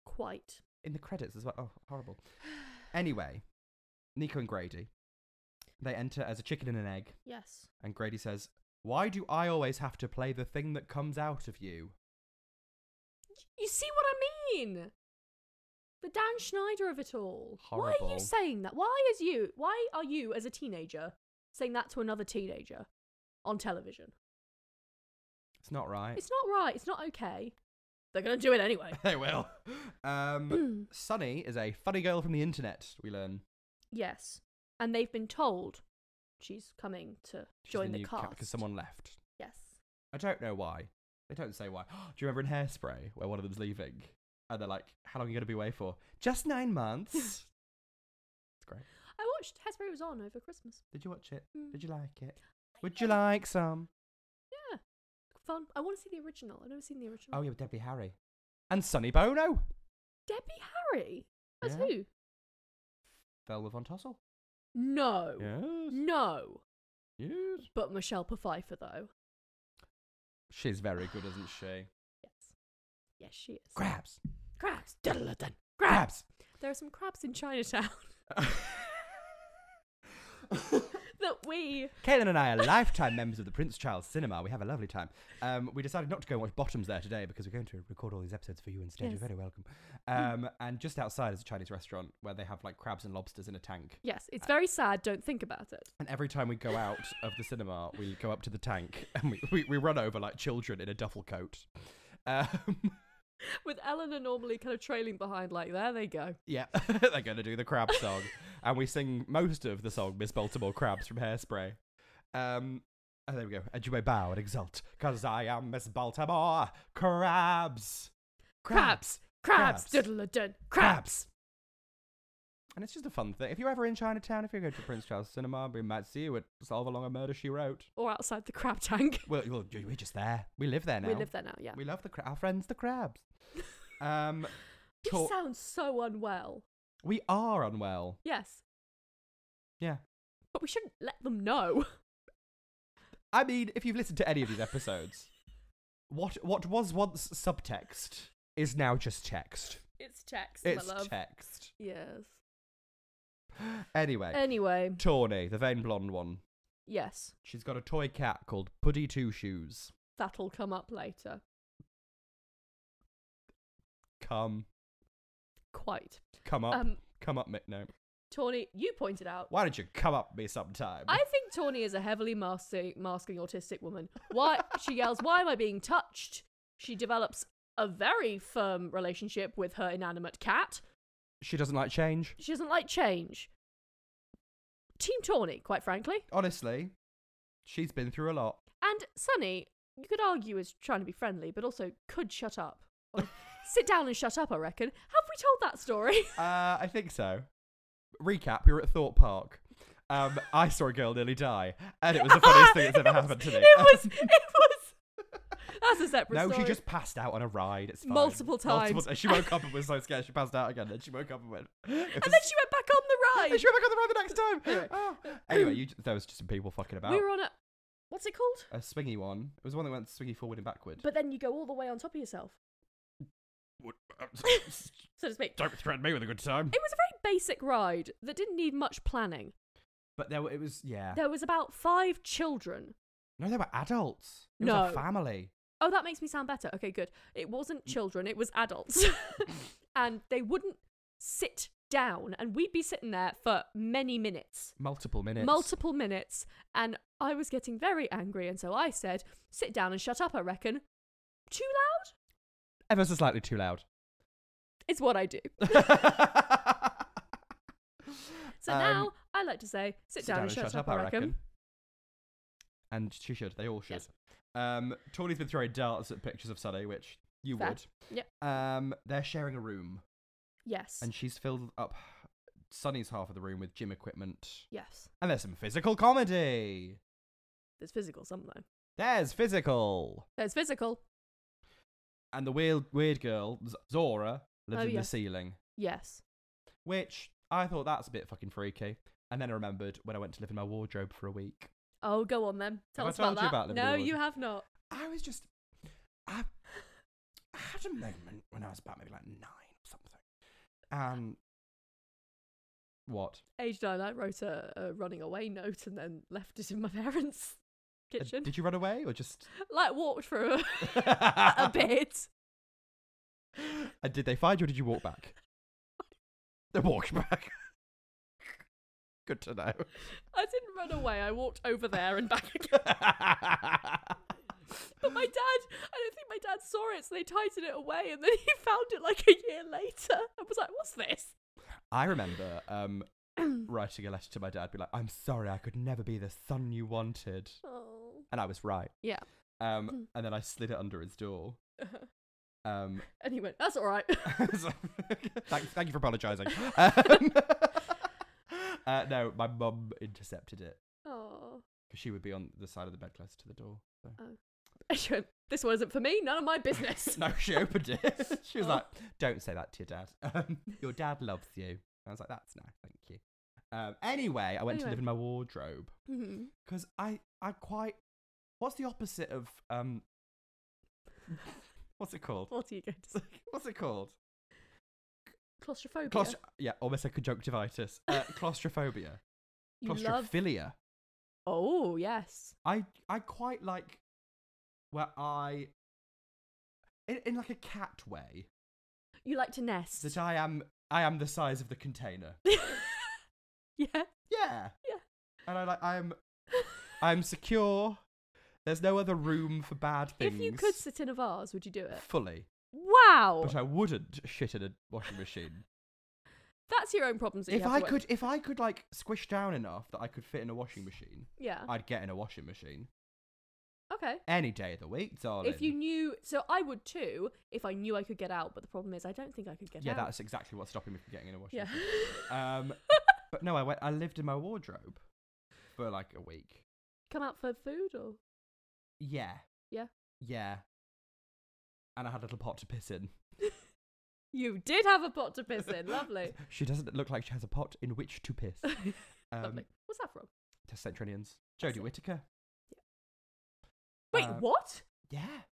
Speaker 2: Quite.
Speaker 1: In the credits as well. Oh, horrible. Anyway, Nico and Grady, they enter as a chicken and an egg,
Speaker 2: Yes.
Speaker 1: and Grady says, Why do I always have to play the thing that comes out of you?
Speaker 2: You see what I mean? The Dan Schneider of it all. Why are
Speaker 1: Horrible.
Speaker 2: you saying that? Why is you? Why are you as a teenager saying that to another teenager on television?
Speaker 1: It's not right.
Speaker 2: It's not right. It's not okay. They're gonna do it anyway.
Speaker 1: they will. Um, Sunny is a funny girl from the internet, we learn.
Speaker 2: yes, and they've been told she's coming to join the, cast.
Speaker 1: Because someone left.
Speaker 2: Yes.
Speaker 1: I don't know why. They don't say why. Do you remember in Hairspray where one of them's leaving? And they're like, how long are you going to be away for? Just nine months. it's great.
Speaker 2: I watched Hairspray was on over Christmas.
Speaker 1: Did you watch it?
Speaker 2: Mm.
Speaker 1: Did you like it?
Speaker 2: I
Speaker 1: Would you
Speaker 2: know.
Speaker 1: like some?
Speaker 2: Yeah. Fun. I want to see the original. I've never seen the original.
Speaker 1: Oh, yeah, with Debbie Harry. And Sonny Bono.
Speaker 2: Debbie Harry. That's
Speaker 1: Yeah.
Speaker 2: who?
Speaker 1: Velma Von Tossel.
Speaker 2: No. Mm.
Speaker 1: Yes.
Speaker 2: No.
Speaker 1: Yes.
Speaker 2: But Michelle Pfeiffer though.
Speaker 1: She's very good, isn't she?
Speaker 2: Yes. Yes, she is.
Speaker 1: Crabs.
Speaker 2: crabs. Diddle-a-dun.
Speaker 1: Crabs.
Speaker 2: Crabs. There are some crabs in Chinatown that we
Speaker 1: Caitlin and I are lifetime members of the Prince Charles Cinema. We have a lovely time. Um, we decided not to go and watch Bottoms there today because we're going to record all these episodes for you instead.
Speaker 2: Yes.
Speaker 1: You're very welcome. Um, and just outside is a Chinese restaurant where they have like crabs and lobsters in a tank.
Speaker 2: Yes, it's very sad, don't think about it.
Speaker 1: And every time we go out of the cinema, we go up to the tank and we, we, we run over like children in a duffel coat. Um,
Speaker 2: With Eleanor normally kind of trailing behind like there they go.
Speaker 1: yeah, they're going to do the crab song. and we sing most of the song Miss Baltimore Crabs from Hairspray. Um, and there we go. And you may bow and exult, because I am Miss Baltimore Crabs.
Speaker 2: Crabs,
Speaker 1: Crabs.
Speaker 2: crabs, diddle dun, crabs.
Speaker 1: And it's just a fun thing. If you're ever in Chinatown, if you go to Prince Charles Cinema, we might see you at Solve Along a Murder She Wrote.
Speaker 2: Or outside the crab tank.
Speaker 1: Well, well, we're just there. We live there now.
Speaker 2: We live there now, yeah.
Speaker 1: We love the cra- our friends, the crabs. Um,
Speaker 2: You
Speaker 1: talk-
Speaker 2: sound so unwell.
Speaker 1: we are unwell.
Speaker 2: Yes.
Speaker 1: Yeah.
Speaker 2: But we shouldn't let them know.
Speaker 1: I mean, if you've listened to any of these episodes, what what was once subtext is now just text.
Speaker 2: It's text,
Speaker 1: It's
Speaker 2: my love.
Speaker 1: text.
Speaker 2: yes. Uh,
Speaker 1: Anyway,
Speaker 2: Anyway,
Speaker 1: Tawny, the vain blonde one.
Speaker 2: yes,
Speaker 1: She's got a toy cat called Puddy Two Shoes.
Speaker 2: that'll come up later.
Speaker 1: Come,
Speaker 2: Quite.
Speaker 1: come up,
Speaker 2: Um,
Speaker 1: come up, Mickno.
Speaker 2: Tawny, you pointed out.
Speaker 1: Why don't you come up me sometime?
Speaker 2: I think Tawny is a heavily masking, masking autistic woman. Why she yells, "Why am I being touched?" She develops a very firm relationship with her inanimate cat.
Speaker 1: She doesn't like change.
Speaker 2: She doesn't like change. Team Tawny, quite frankly,
Speaker 1: Honestly, she's been through a lot.
Speaker 2: and Sunny, you could argue is trying to be friendly, but also could shut up. Or sit down and shut up. I reckon. Have we told that story?
Speaker 1: Uh, I think so. Recap: We were at Thorpe Park. Um, I saw a girl nearly die, and it was the funniest thing that's
Speaker 2: It
Speaker 1: ever
Speaker 2: was-
Speaker 1: happened to me.
Speaker 2: It was. It was. That's a separate
Speaker 1: no,
Speaker 2: story.
Speaker 1: she just passed out on a ride. It's fine.
Speaker 2: Multiple times.
Speaker 1: ti- She woke up and was so scared she passed out again. Then she woke up and went. it
Speaker 2: And
Speaker 1: was-
Speaker 2: then she went back on the ride.
Speaker 1: and she went back on the ride the next time.
Speaker 2: Anyway.
Speaker 1: Ah. Anyway, you, there was just some people fucking about.
Speaker 2: We were on a what's it called?
Speaker 1: a swingy one. It was one that went swingy forward and backward.
Speaker 2: But then you go all the way on top of yourself, so to speak.
Speaker 1: uh, Don't threaten me with a good time.
Speaker 2: It was a very basic ride that didn't need much planning.
Speaker 1: But there, were- it was yeah.
Speaker 2: There was about five children.
Speaker 1: No, they were adults. It was
Speaker 2: No.
Speaker 1: a family.
Speaker 2: Oh, that makes me sound better. Okay, good. It wasn't
Speaker 1: Mm.
Speaker 2: children, it was adults. and they wouldn't sit down, and we'd be sitting there for many minutes.
Speaker 1: Multiple minutes.
Speaker 2: Multiple minutes, and I was getting very angry, and so I said, "Sit down and shut up." I reckon. Too loud
Speaker 1: Ever so slightly too loud.
Speaker 2: is what I do. So
Speaker 1: Um,
Speaker 2: now I like to say, "Sit, down, and shut, up." I reckon.
Speaker 1: And she should. They all should.
Speaker 2: Yes.
Speaker 1: Um, Tawny's been throwing darts at pictures of Sunny, which you
Speaker 2: Fair.
Speaker 1: would.
Speaker 2: Yep.
Speaker 1: Um, they're sharing a room,
Speaker 2: Yes.
Speaker 1: and she's filled up Sunny's half of the room with gym equipment,
Speaker 2: Yes.
Speaker 1: and there's some physical comedy.
Speaker 2: There's physical something.
Speaker 1: There's physical,
Speaker 2: There's physical.
Speaker 1: and the weird weird girl Z- Zora lives
Speaker 2: Oh,
Speaker 1: in
Speaker 2: yeah.
Speaker 1: the ceiling,
Speaker 2: Yes.
Speaker 1: which I thought that's a bit fucking freaky. And then I remembered when I went to live in my wardrobe for a week.
Speaker 2: Oh, go on then. Tell
Speaker 1: I
Speaker 2: us about
Speaker 1: told you
Speaker 2: that.
Speaker 1: about them
Speaker 2: no,
Speaker 1: before?
Speaker 2: you have not.
Speaker 1: I was just, I, I had a moment when I was about maybe like nine or something, and what?
Speaker 2: Age nine, I wrote a, a running away note and then left it in my parents'
Speaker 1: Uh,
Speaker 2: kitchen.
Speaker 1: Did you run away or just
Speaker 2: like walked for a, a
Speaker 1: a
Speaker 2: bit.
Speaker 1: And did they find you or did you walk back? They walked back. Good to know.
Speaker 2: I didn't run away. I walked over there and back again. But my dad, I don't think my dad saw it, so they tightened it away, and then he found it like a year later. I was like, "What's this?"
Speaker 1: I remember um, writing a letter to my dad, be like, "I'm sorry, I could never be the son you wanted,"
Speaker 2: Oh.
Speaker 1: and I was right.
Speaker 2: Yeah. Hmm.
Speaker 1: Um, and then I slid it under his door. Um,
Speaker 2: And he went, "That's all right."
Speaker 1: so- thank, thank you for apologising. Um, uh, no, my mum intercepted it
Speaker 2: oh.
Speaker 1: because she would be on the side of the bed close to the door. So.
Speaker 2: She went, this one isn't for me. None of my business.
Speaker 1: No, she opened it. she was
Speaker 2: Oh.
Speaker 1: like, "Don't say that to your dad. Um, your dad loves you." And I was like, "That's nice, thank you." Um, anyway, I went to
Speaker 2: Anyway.
Speaker 1: live in my wardrobe
Speaker 2: Mhm.
Speaker 1: because I, I quite. What's the opposite of um? What's it called?
Speaker 2: What are you going to say?
Speaker 1: What's it called?
Speaker 2: Claustrophobia.
Speaker 1: Claustro- yeah. almost a conjunctivitis. Uh, claustrophobia.
Speaker 2: you love.
Speaker 1: Claustrophilia.
Speaker 2: Oh, yes.
Speaker 1: I I quite like where I in, in like a cat way
Speaker 2: You like to nest.
Speaker 1: that I am I am the size of the container.
Speaker 2: yeah.
Speaker 1: Yeah.
Speaker 2: Yeah.
Speaker 1: And I like I'm I'm secure. There's no other room for bad things.
Speaker 2: If you could sit in a vase, would you do it?
Speaker 1: fully,
Speaker 2: Wow.
Speaker 1: but I wouldn't shit in a washing machine.
Speaker 2: That's your own problems. that you
Speaker 1: if
Speaker 2: have
Speaker 1: I
Speaker 2: to work-
Speaker 1: could, if I could like squish down enough that I could fit in a washing machine,
Speaker 2: Yeah.
Speaker 1: I'd get in a washing machine
Speaker 2: Okay.
Speaker 1: any day of the week, darling.
Speaker 2: If you knew, so I would too if I knew I could get out. But the problem is, I don't think I could get
Speaker 1: yeah,
Speaker 2: out.
Speaker 1: that's exactly what's stopping me from getting in a washing.
Speaker 2: yeah.
Speaker 1: machine. Um, but no, I went. I lived in my wardrobe for like a week.
Speaker 2: Come out for food or
Speaker 1: Yeah.
Speaker 2: Yeah.
Speaker 1: Yeah. And I had a little pot to piss in.
Speaker 2: you did have a pot to piss in. Lovely.
Speaker 1: She doesn't look like she has a pot in which to piss. Um,
Speaker 2: Lovely. What's that from?
Speaker 1: to Centrinians. Jodie
Speaker 2: it.
Speaker 1: Whittaker.
Speaker 2: Wait,
Speaker 1: uh,
Speaker 2: what?
Speaker 1: Yeah.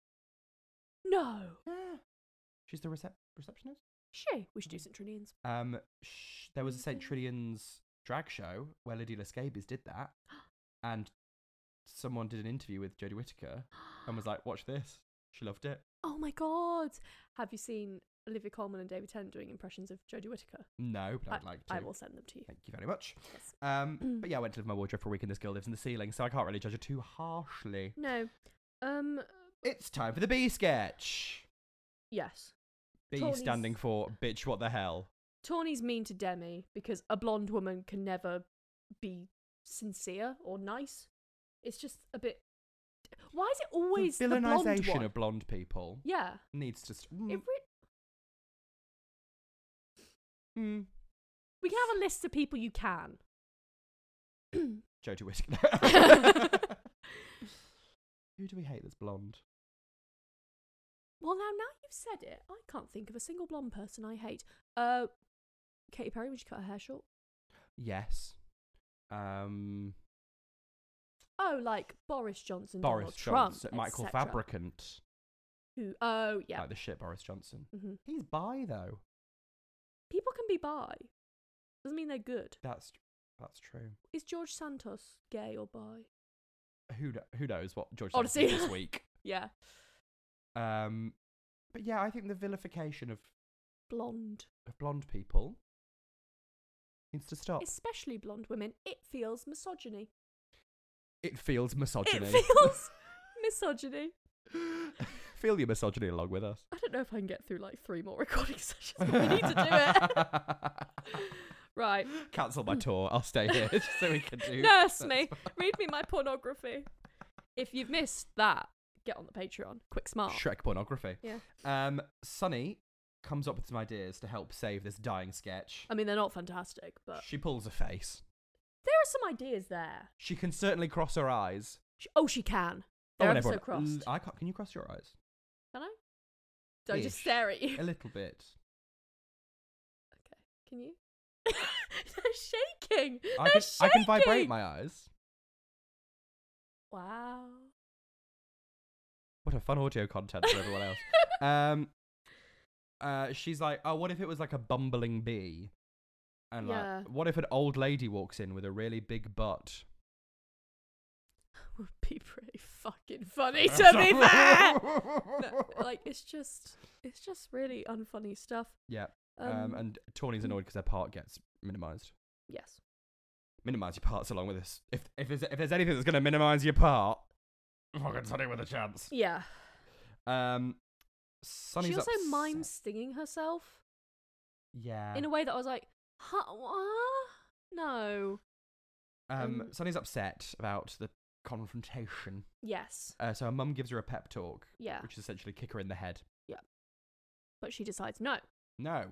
Speaker 2: No. Ah.
Speaker 1: Yeah. She's the recep- receptionist.
Speaker 2: She. We should
Speaker 1: mm.
Speaker 2: do Centrinians.
Speaker 1: Um, sh- there was a
Speaker 2: Amazing.
Speaker 1: Centrinians drag show where Lydia Scabies did that, and someone did an interview with Jodie Whittaker and was like, "Watch this." She loved it.
Speaker 2: Oh my god. Have you seen Olivia Colman and David Tennant doing impressions of Jodie Whittaker?
Speaker 1: No, but I'd like to.
Speaker 2: I will send them to you.
Speaker 1: Thank you very much.
Speaker 2: Yes.
Speaker 1: Um, but yeah, I went to live in my wardrobe for a week, and this girl lives in the ceiling, so I can't really judge her too harshly.
Speaker 2: No. Um.
Speaker 1: It's time for the B sketch.
Speaker 2: Yes.
Speaker 1: B
Speaker 2: Tony's-
Speaker 1: standing for bitch. What the hell?
Speaker 2: Tawny's mean to Demi because a blonde woman can never be sincere or nice. It's just a bit. Why is it always
Speaker 1: the
Speaker 2: the blonde
Speaker 1: villainization
Speaker 2: one?
Speaker 1: of blonde people
Speaker 2: yeah.
Speaker 1: needs to. St-
Speaker 2: If
Speaker 1: mm,
Speaker 2: we,
Speaker 1: mm.
Speaker 2: we can have a list of people you can.
Speaker 1: Jodie Whittaker. Who do we hate that's blonde?
Speaker 2: well, now now you've said it, I can't think of a single blonde person I hate. Uh, Katy Perry when she cut her hair short.
Speaker 1: Yes. Um,
Speaker 2: Oh, like Boris Johnson,
Speaker 1: Boris
Speaker 2: Donald Trump,
Speaker 1: Johnson, Michael
Speaker 2: etc..
Speaker 1: Fabricant,
Speaker 2: Who? Oh, yeah.
Speaker 1: like the shit Boris Johnson.
Speaker 2: hmm
Speaker 1: He's bi though.
Speaker 2: People can be bi. Doesn't mean they're good.
Speaker 1: That's that's true.
Speaker 2: Is George Santos gay or bi?
Speaker 1: Who kn- who knows what George
Speaker 2: Honestly.
Speaker 1: Honestly. this week?
Speaker 2: Yeah.
Speaker 1: Um, but yeah, I think the vilification of,
Speaker 2: Blonde.
Speaker 1: of blonde people needs to stop.
Speaker 2: Especially blonde women. It feels misogyny.
Speaker 1: It feels misogyny.
Speaker 2: It feels misogyny.
Speaker 1: Feel your misogyny along with us.
Speaker 2: I don't know if I can get through like three more recording sessions, but we need to do it. right.
Speaker 1: Cancel my tour. I'll stay here just so we can do.
Speaker 2: Nurse me. Read me my pornography. If you've missed that, get on the Patreon. Quick smart.
Speaker 1: Shrek pornography.
Speaker 2: Yeah.
Speaker 1: Um, Sunny comes up with some ideas to help save this dying sketch.
Speaker 2: I mean, they're not fantastic, but
Speaker 1: She pulls a face.
Speaker 2: there are some ideas there.
Speaker 1: She can certainly cross her eyes.
Speaker 2: She- oh, she can. They're
Speaker 1: oh,
Speaker 2: ever
Speaker 1: and
Speaker 2: so
Speaker 1: everyone-
Speaker 2: crossed.
Speaker 1: I can't, can you cross your eyes?
Speaker 2: Can I? Do I just
Speaker 1: Ish.
Speaker 2: stare at you?
Speaker 1: A little bit.
Speaker 2: Okay. Can you? They're shaking.
Speaker 1: I
Speaker 2: They're
Speaker 1: can, I
Speaker 2: shaking.
Speaker 1: can vibrate my eyes.
Speaker 2: Wow.
Speaker 1: What a fun audio content for everyone else. Um, uh, she's like, oh, what if it was like a bumbling bee? And
Speaker 2: Yeah.
Speaker 1: like, what if an old lady walks in with a really big butt?
Speaker 2: Would be pretty fucking funny to be fair. No, like it's just, it's just really unfunny stuff.
Speaker 1: Yeah.
Speaker 2: Um,
Speaker 1: Um, and Tawny's annoyed because their part gets minimised.
Speaker 2: yes,
Speaker 1: Minimise your parts along with this. If if there's, if there's anything that's going to minimise your part, fucking Sunny with a chance.
Speaker 2: yeah.
Speaker 1: Um, Sunny's
Speaker 2: she also
Speaker 1: upset.
Speaker 2: mimes stinging herself
Speaker 1: Yeah.
Speaker 2: in a way that I was like, huh? what? No.
Speaker 1: um,
Speaker 2: um,
Speaker 1: Sunny's upset about the confrontation.
Speaker 2: Yes.
Speaker 1: Uh, so her mum gives her a pep talk,
Speaker 2: Yeah.
Speaker 1: which is essentially kick her in the head.
Speaker 2: But she decides no.
Speaker 1: No,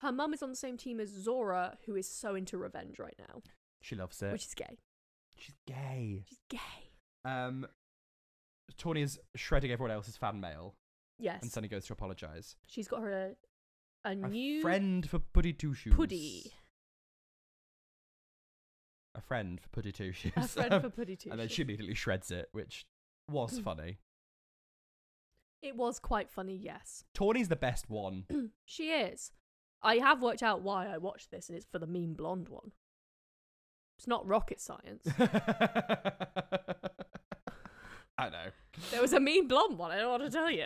Speaker 2: Her mum is on the same team as Zora, who is so into revenge right now,
Speaker 1: she loves it.
Speaker 2: which is gay.
Speaker 1: She's gay.
Speaker 2: She's gay.
Speaker 1: Um, Tawny is shredding everyone else's fan mail,
Speaker 2: Yes.
Speaker 1: and Sunny goes to apologise.
Speaker 2: She's got her a, a
Speaker 1: A
Speaker 2: new
Speaker 1: friend for Puddy Two Shoes.
Speaker 2: puddy.
Speaker 1: A friend for Puddy Two Shoes. Um,
Speaker 2: A friend for puddy Mm. too.
Speaker 1: and then she immediately shreds it, which was funny.
Speaker 2: It was quite funny, yes.
Speaker 1: Tawny's the best one.
Speaker 2: she is. I have worked out why I watched this, and it's for the mean blonde one. It's not rocket science.
Speaker 1: I know.
Speaker 2: there was a mean blonde one. I don't want to tell you.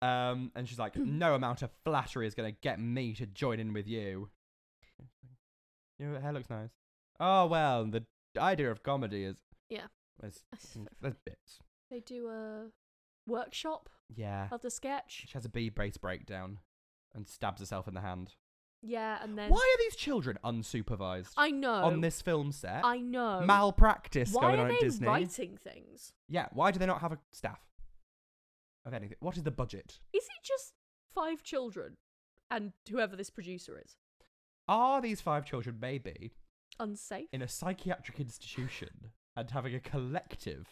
Speaker 1: Um, and she's like, no amount of flattery is going to get me to join in with you. Your hair looks nice. Oh, well, the idea of comedy is.
Speaker 2: Yeah.
Speaker 1: There's, there's bits.
Speaker 2: They do a workshop
Speaker 1: Yeah.
Speaker 2: of the sketch.
Speaker 1: She has a bee brace breakdown and stabs herself in the hand.
Speaker 2: Yeah, and then
Speaker 1: Why are these children unsupervised
Speaker 2: I know.
Speaker 1: on this film set?
Speaker 2: I know.
Speaker 1: Malpractice
Speaker 2: Why
Speaker 1: going
Speaker 2: are
Speaker 1: on
Speaker 2: they
Speaker 1: at Disney.
Speaker 2: writing things?
Speaker 1: Yeah, why do they not have a staff of anything? What is the budget?
Speaker 2: Is it just five children and whoever this producer is
Speaker 1: Are these five children maybe
Speaker 2: unsafe?
Speaker 1: in a psychiatric institution and having a collective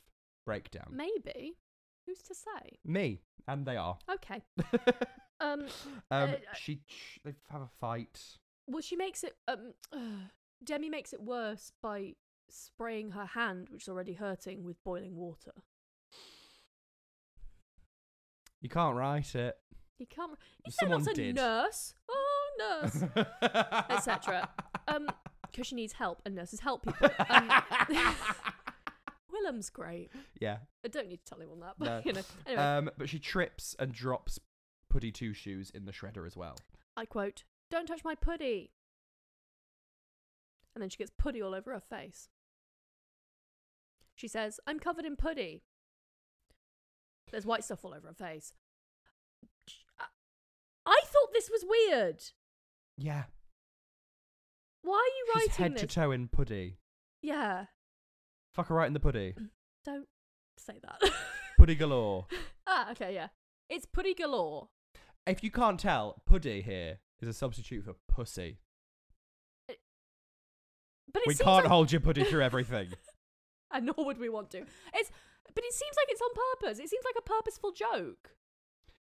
Speaker 1: breakdown?
Speaker 2: Maybe. Who's to say?
Speaker 1: Me and they are.
Speaker 2: Okay. Um.
Speaker 1: um,
Speaker 2: uh,
Speaker 1: she ch- they have a fight.
Speaker 2: Well, she makes it. Um. Demi makes it worse by spraying her hand, which is already hurting, with boiling water.
Speaker 1: You can't write it.
Speaker 2: You can't. Is
Speaker 1: Someone
Speaker 2: there not a
Speaker 1: did.
Speaker 2: nurse? Oh, nurse.
Speaker 1: Etc.
Speaker 2: cetera. Um, because she needs help, and nurses help people. Um, Willem's great.
Speaker 1: yeah.
Speaker 2: I don't need to tell anyone that, but
Speaker 1: No.
Speaker 2: you know. Anyway,
Speaker 1: Um, but she trips and drops Putty Two Shoes in the shredder as well.
Speaker 2: I quote, "Don't touch my putty," and then she gets putty all over her face. She says, "I'm covered in putty." There's white stuff all over her face. I- I thought this was weird.
Speaker 1: Yeah.
Speaker 2: Why are you
Speaker 1: She's
Speaker 2: writing
Speaker 1: head
Speaker 2: this?
Speaker 1: to toe in putty.
Speaker 2: yeah,
Speaker 1: Fuck her right in the putty.
Speaker 2: don't say that.
Speaker 1: Putty galore.
Speaker 2: ah, okay, yeah. It's putty galore.
Speaker 1: If you can't tell, puddy here is a substitute for pussy.
Speaker 2: But it
Speaker 1: We
Speaker 2: seems
Speaker 1: can't
Speaker 2: like-
Speaker 1: hold your puddy through everything.
Speaker 2: and nor would we want to. It's, but it seems like it's on purpose. It seems like a purposeful joke.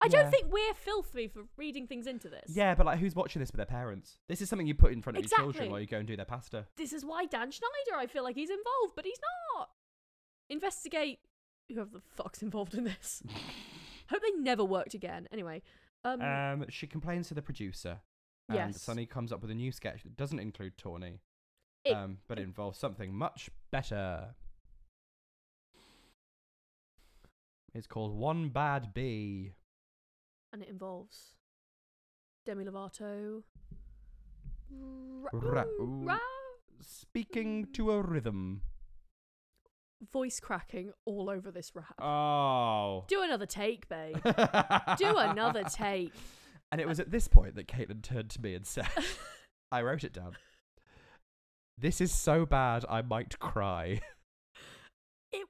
Speaker 2: I
Speaker 1: Yeah.
Speaker 2: don't think we're filthy for reading things into this.
Speaker 1: yeah, but like, who's watching this with their parents? This is something you put in front of your
Speaker 2: Exactly.
Speaker 1: children while you go and do their pasta.
Speaker 2: This is why Dan Schneider, I feel like he's involved, but he's not. Investigate whoever the fuck's involved in this. Hope they never worked again. Anyway, um,
Speaker 1: Um, she complains to the producer, and
Speaker 2: Yes.
Speaker 1: Sonny comes up with a new sketch that doesn't include Tawny,
Speaker 2: It-
Speaker 1: um, but it involves something much better. It's called One Bad Bee.
Speaker 2: and it involves Demi Lovato. Ra-
Speaker 1: Ra-
Speaker 2: ooh,
Speaker 1: ooh.
Speaker 2: ra-
Speaker 1: Speaking to a rhythm.
Speaker 2: voice cracking all over this rap.
Speaker 1: Oh.
Speaker 2: Do another take, babe. Do another take. Uh,
Speaker 1: And it was at this point that Caitlin turned to me and said, I wrote it down. This is so bad, I might cry.
Speaker 2: It-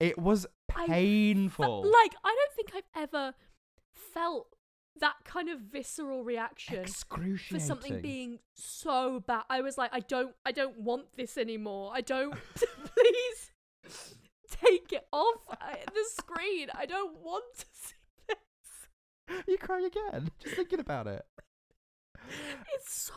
Speaker 1: it was
Speaker 2: I fe-
Speaker 1: painful.
Speaker 2: Like, I don't think I've ever felt that kind of visceral reaction for
Speaker 1: Excruciating.
Speaker 2: something being so bad. I was like, I don't, I don't want this anymore. I don't. please take it off I- the screen. I don't want to see this.
Speaker 1: You cry again, just thinking about it.
Speaker 2: It's so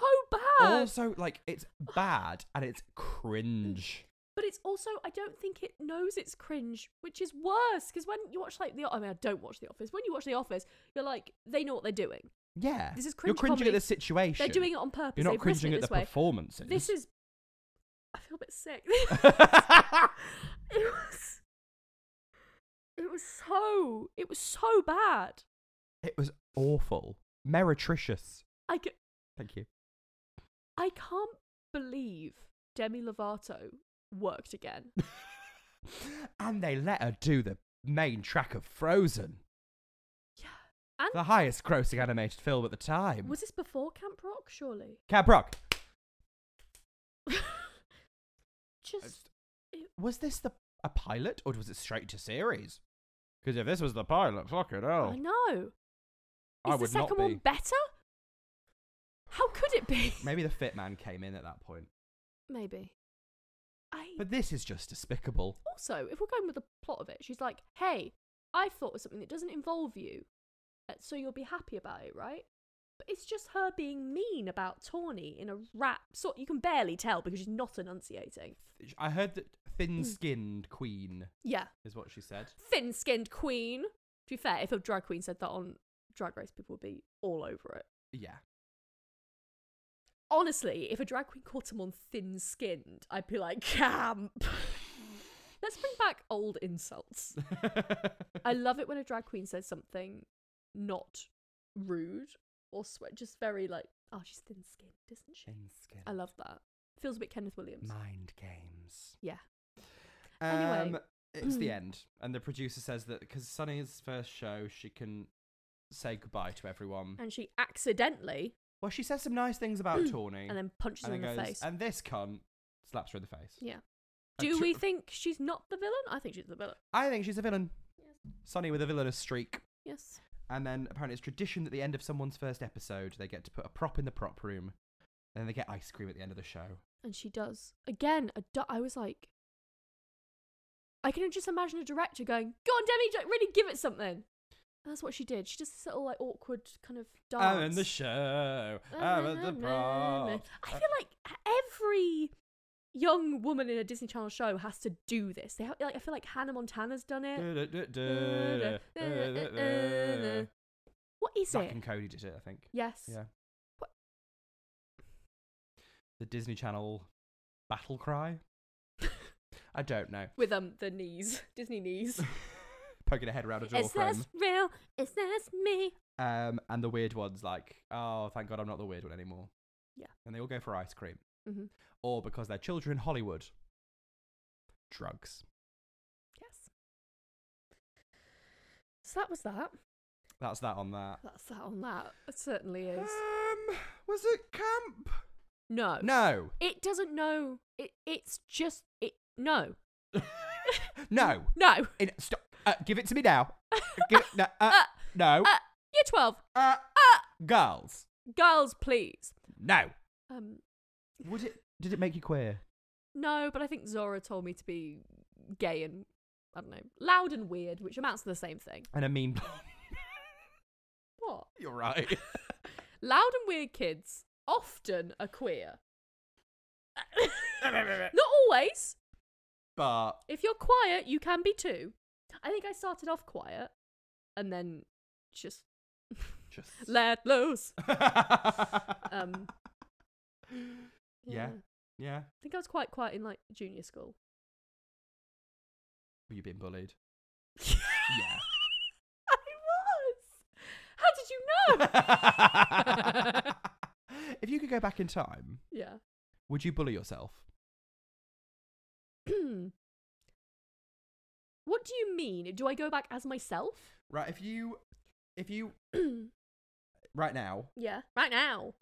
Speaker 2: bad.
Speaker 1: also, like, it's bad and it's cringe.
Speaker 2: But it's also, I don't think it knows it's cringe, which is worse. Because when you watch like the, I mean, I don't watch The Office. When you watch The Office, you're like, they know what they're doing.
Speaker 1: Yeah.
Speaker 2: This is
Speaker 1: You're
Speaker 2: cringe
Speaker 1: cringing
Speaker 2: comedy.
Speaker 1: at the situation.
Speaker 2: They're doing it on purpose.
Speaker 1: You're not
Speaker 2: They've written
Speaker 1: cringing
Speaker 2: it
Speaker 1: at the
Speaker 2: this way.
Speaker 1: performances.
Speaker 2: This is. I feel a bit sick. it was. It was so. It was so bad.
Speaker 1: it was awful. Meretricious.
Speaker 2: I, ca-
Speaker 1: Thank you.
Speaker 2: I can't believe Demi Lovato worked again.
Speaker 1: And they let her do the main track of Frozen,
Speaker 2: And
Speaker 1: the highest grossing animated film at the time.
Speaker 2: was this before Camp Rock? Surely.
Speaker 1: Cab Rock.
Speaker 2: Just.
Speaker 1: Was this the a pilot or was it straight to series? Because if this was the pilot, fuck it
Speaker 2: I
Speaker 1: hell.
Speaker 2: know.
Speaker 1: oh. I
Speaker 2: Is the
Speaker 1: would not
Speaker 2: second
Speaker 1: be.
Speaker 2: one better? How could it be?
Speaker 1: Maybe the fit man came in at that point.
Speaker 2: Maybe. I
Speaker 1: But this is just despicable.
Speaker 2: also, if we're going with the plot of it, she's like, "Hey, I've thought of something that doesn't involve you, uh, so you'll be happy about it, right?" But it's just her being mean about Tawny in a rap sort. You can barely tell because she's not enunciating.
Speaker 1: I heard that
Speaker 2: Hmm.
Speaker 1: thin skinned queen
Speaker 2: Yeah,
Speaker 1: is what she said.
Speaker 2: thin-skinned queen. To be fair, if a drag queen said that on Drag Race, people would be all over it.
Speaker 1: Yeah.
Speaker 2: honestly, if a drag queen called someone thin skinned, I'd be like, camp. Let's bring back old insults. I love it when a drag queen says something not rude or sweat, just very like, oh, she's thin skinned, isn't she?
Speaker 1: Thin skin.
Speaker 2: I love that. Feels a bit Kenneth Williams.
Speaker 1: Mind games.
Speaker 2: Yeah.
Speaker 1: Um,
Speaker 2: Anyway.
Speaker 1: It's the end. And the producer says that because Sunny's first show, she can say goodbye to everyone.
Speaker 2: And she accidentally
Speaker 1: Well, she says some nice things about Tawny.
Speaker 2: and then punches her in
Speaker 1: and
Speaker 2: the
Speaker 1: goes,
Speaker 2: face.
Speaker 1: And this cunt slaps her in the face.
Speaker 2: Yeah.
Speaker 1: And
Speaker 2: Do
Speaker 1: tr-
Speaker 2: we think she's not the villain? I think she's the villain.
Speaker 1: I think she's a villain.
Speaker 2: Yes.
Speaker 1: Sunny with a villainous streak.
Speaker 2: Yes.
Speaker 1: And then apparently it's tradition at the end of someone's first episode, they get to put a prop in the prop room. Then they get ice cream at the end of the show.
Speaker 2: And she does. Again, a du- I was like, I can just imagine a director going, "Go on, Demi, ju- really give it something." And that's what she did. She just this little like awkward kind of dance.
Speaker 1: I'm in Oh, the show.
Speaker 2: Oh,
Speaker 1: I'm at the prop.
Speaker 2: I feel like every young woman in a Disney Channel show has to do this. They have, like, I feel like Hannah Montana's done it.
Speaker 1: Zach
Speaker 2: What is it?
Speaker 1: and Cody did it, I think.
Speaker 2: Yes.
Speaker 1: Yeah.
Speaker 2: What-
Speaker 1: The Disney Channel battle cry? I don't know.
Speaker 2: With um the knees, Disney knees.
Speaker 1: Poking a head around a door
Speaker 2: Is
Speaker 1: frame.
Speaker 2: this real? Is this me?
Speaker 1: Um, and the weird one's like, oh, thank God I'm not the weird one anymore.
Speaker 2: Yeah.
Speaker 1: And they all go for ice cream.
Speaker 2: Mhm.
Speaker 1: Or because they're children, Hollywood. Drugs.
Speaker 2: Yes. So that was that.
Speaker 1: That's that on that.
Speaker 2: That's that on that. It certainly is.
Speaker 1: Um, was it camp?
Speaker 2: No.
Speaker 1: No.
Speaker 2: It doesn't know. It. It's just. It. No.
Speaker 1: No.
Speaker 2: No.
Speaker 1: In- stop. Uh, give it to me now. Give it- no. Uh, no.
Speaker 2: uh, Year twelve.
Speaker 1: Uh, girls.
Speaker 2: Girls, please.
Speaker 1: No.
Speaker 2: Um.
Speaker 1: Would it? Did it make you queer?
Speaker 2: No, but I think Zora told me to be gay and I don't know, loud and weird, which amounts to the same thing.
Speaker 1: And a mean.
Speaker 2: What?
Speaker 1: You're right.
Speaker 2: Loud and weird kids often are queer. Not always.
Speaker 1: but
Speaker 2: If you're quiet, you can be too. I think I started off quiet and then just
Speaker 1: just.
Speaker 2: let loose. Um,
Speaker 1: Yeah.
Speaker 2: I
Speaker 1: yeah.
Speaker 2: think I was quite quiet in like junior school.
Speaker 1: Were you being bullied?
Speaker 2: yeah. I was. How did you know?
Speaker 1: if you could go back in time,
Speaker 2: yeah.
Speaker 1: would you bully yourself?
Speaker 2: what do you mean? Do I go back as myself?
Speaker 1: Right, if you if you right now
Speaker 2: yeah. Right now.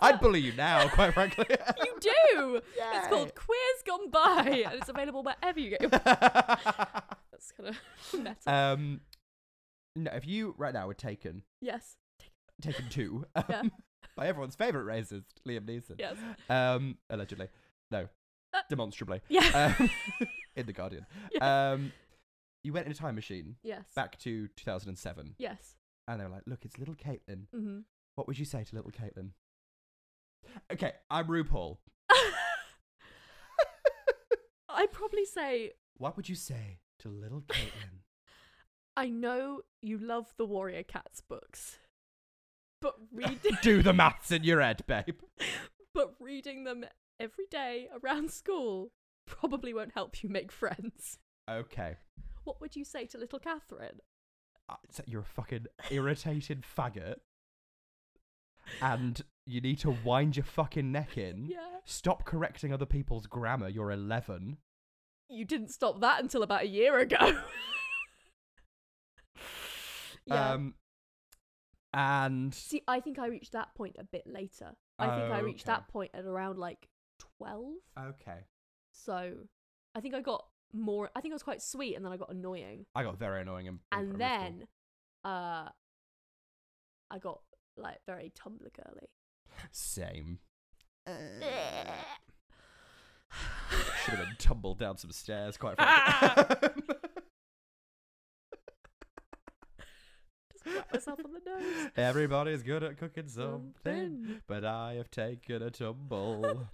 Speaker 1: I'd bully you now, quite frankly.
Speaker 2: you do. It's
Speaker 1: Yay.
Speaker 2: called Queers Gone By, and it's available wherever you get your. That's kind of meta.
Speaker 1: um No, if you right now were taken
Speaker 2: yes.
Speaker 1: taken two
Speaker 2: Yeah.
Speaker 1: um, by everyone's favourite racist, Liam Neeson.
Speaker 2: Yes.
Speaker 1: Um allegedly. No.
Speaker 2: Uh.
Speaker 1: Demonstrably.
Speaker 2: Yeah.
Speaker 1: Um, in The Guardian. Um you went in a time machine
Speaker 2: yes.
Speaker 1: back to 2007
Speaker 2: Yes.
Speaker 1: and they were like, look, it's little Caitlin.
Speaker 2: Mm-hmm.
Speaker 1: What would you say to little Caitlin? Okay, I'm RuPaul.
Speaker 2: I'd probably say
Speaker 1: What would you say to little Caitlin?
Speaker 2: I know you love the Warrior Cats books, but read
Speaker 1: Do the maths in your head, babe.
Speaker 2: but reading them every day around school probably won't help you make friends.
Speaker 1: Okay.
Speaker 2: What would you say to little Catherine?
Speaker 1: Uh, so You're a fucking irritated faggot. And you need to wind your fucking neck in.
Speaker 2: Yeah.
Speaker 1: Stop correcting other people's grammar. You're 11.
Speaker 2: You didn't stop that until about a year ago. yeah.
Speaker 1: Um, and
Speaker 2: See, I think I reached that point a bit later. I think I reached
Speaker 1: Oh, Okay.
Speaker 2: that point at around like 12.
Speaker 1: okay,
Speaker 2: So I think I got more, I think I was quite sweet and then I got annoying.
Speaker 1: I got very annoying. In, in
Speaker 2: And
Speaker 1: primary
Speaker 2: then uh, I got like very Tumblr girly.
Speaker 1: school. same. Uh. Should have been tumbled down some stairs, quite frankly.
Speaker 2: Just clap myself on the nose.
Speaker 1: Everybody's good at cooking something,
Speaker 2: Something.
Speaker 1: but I have taken a tumble. um,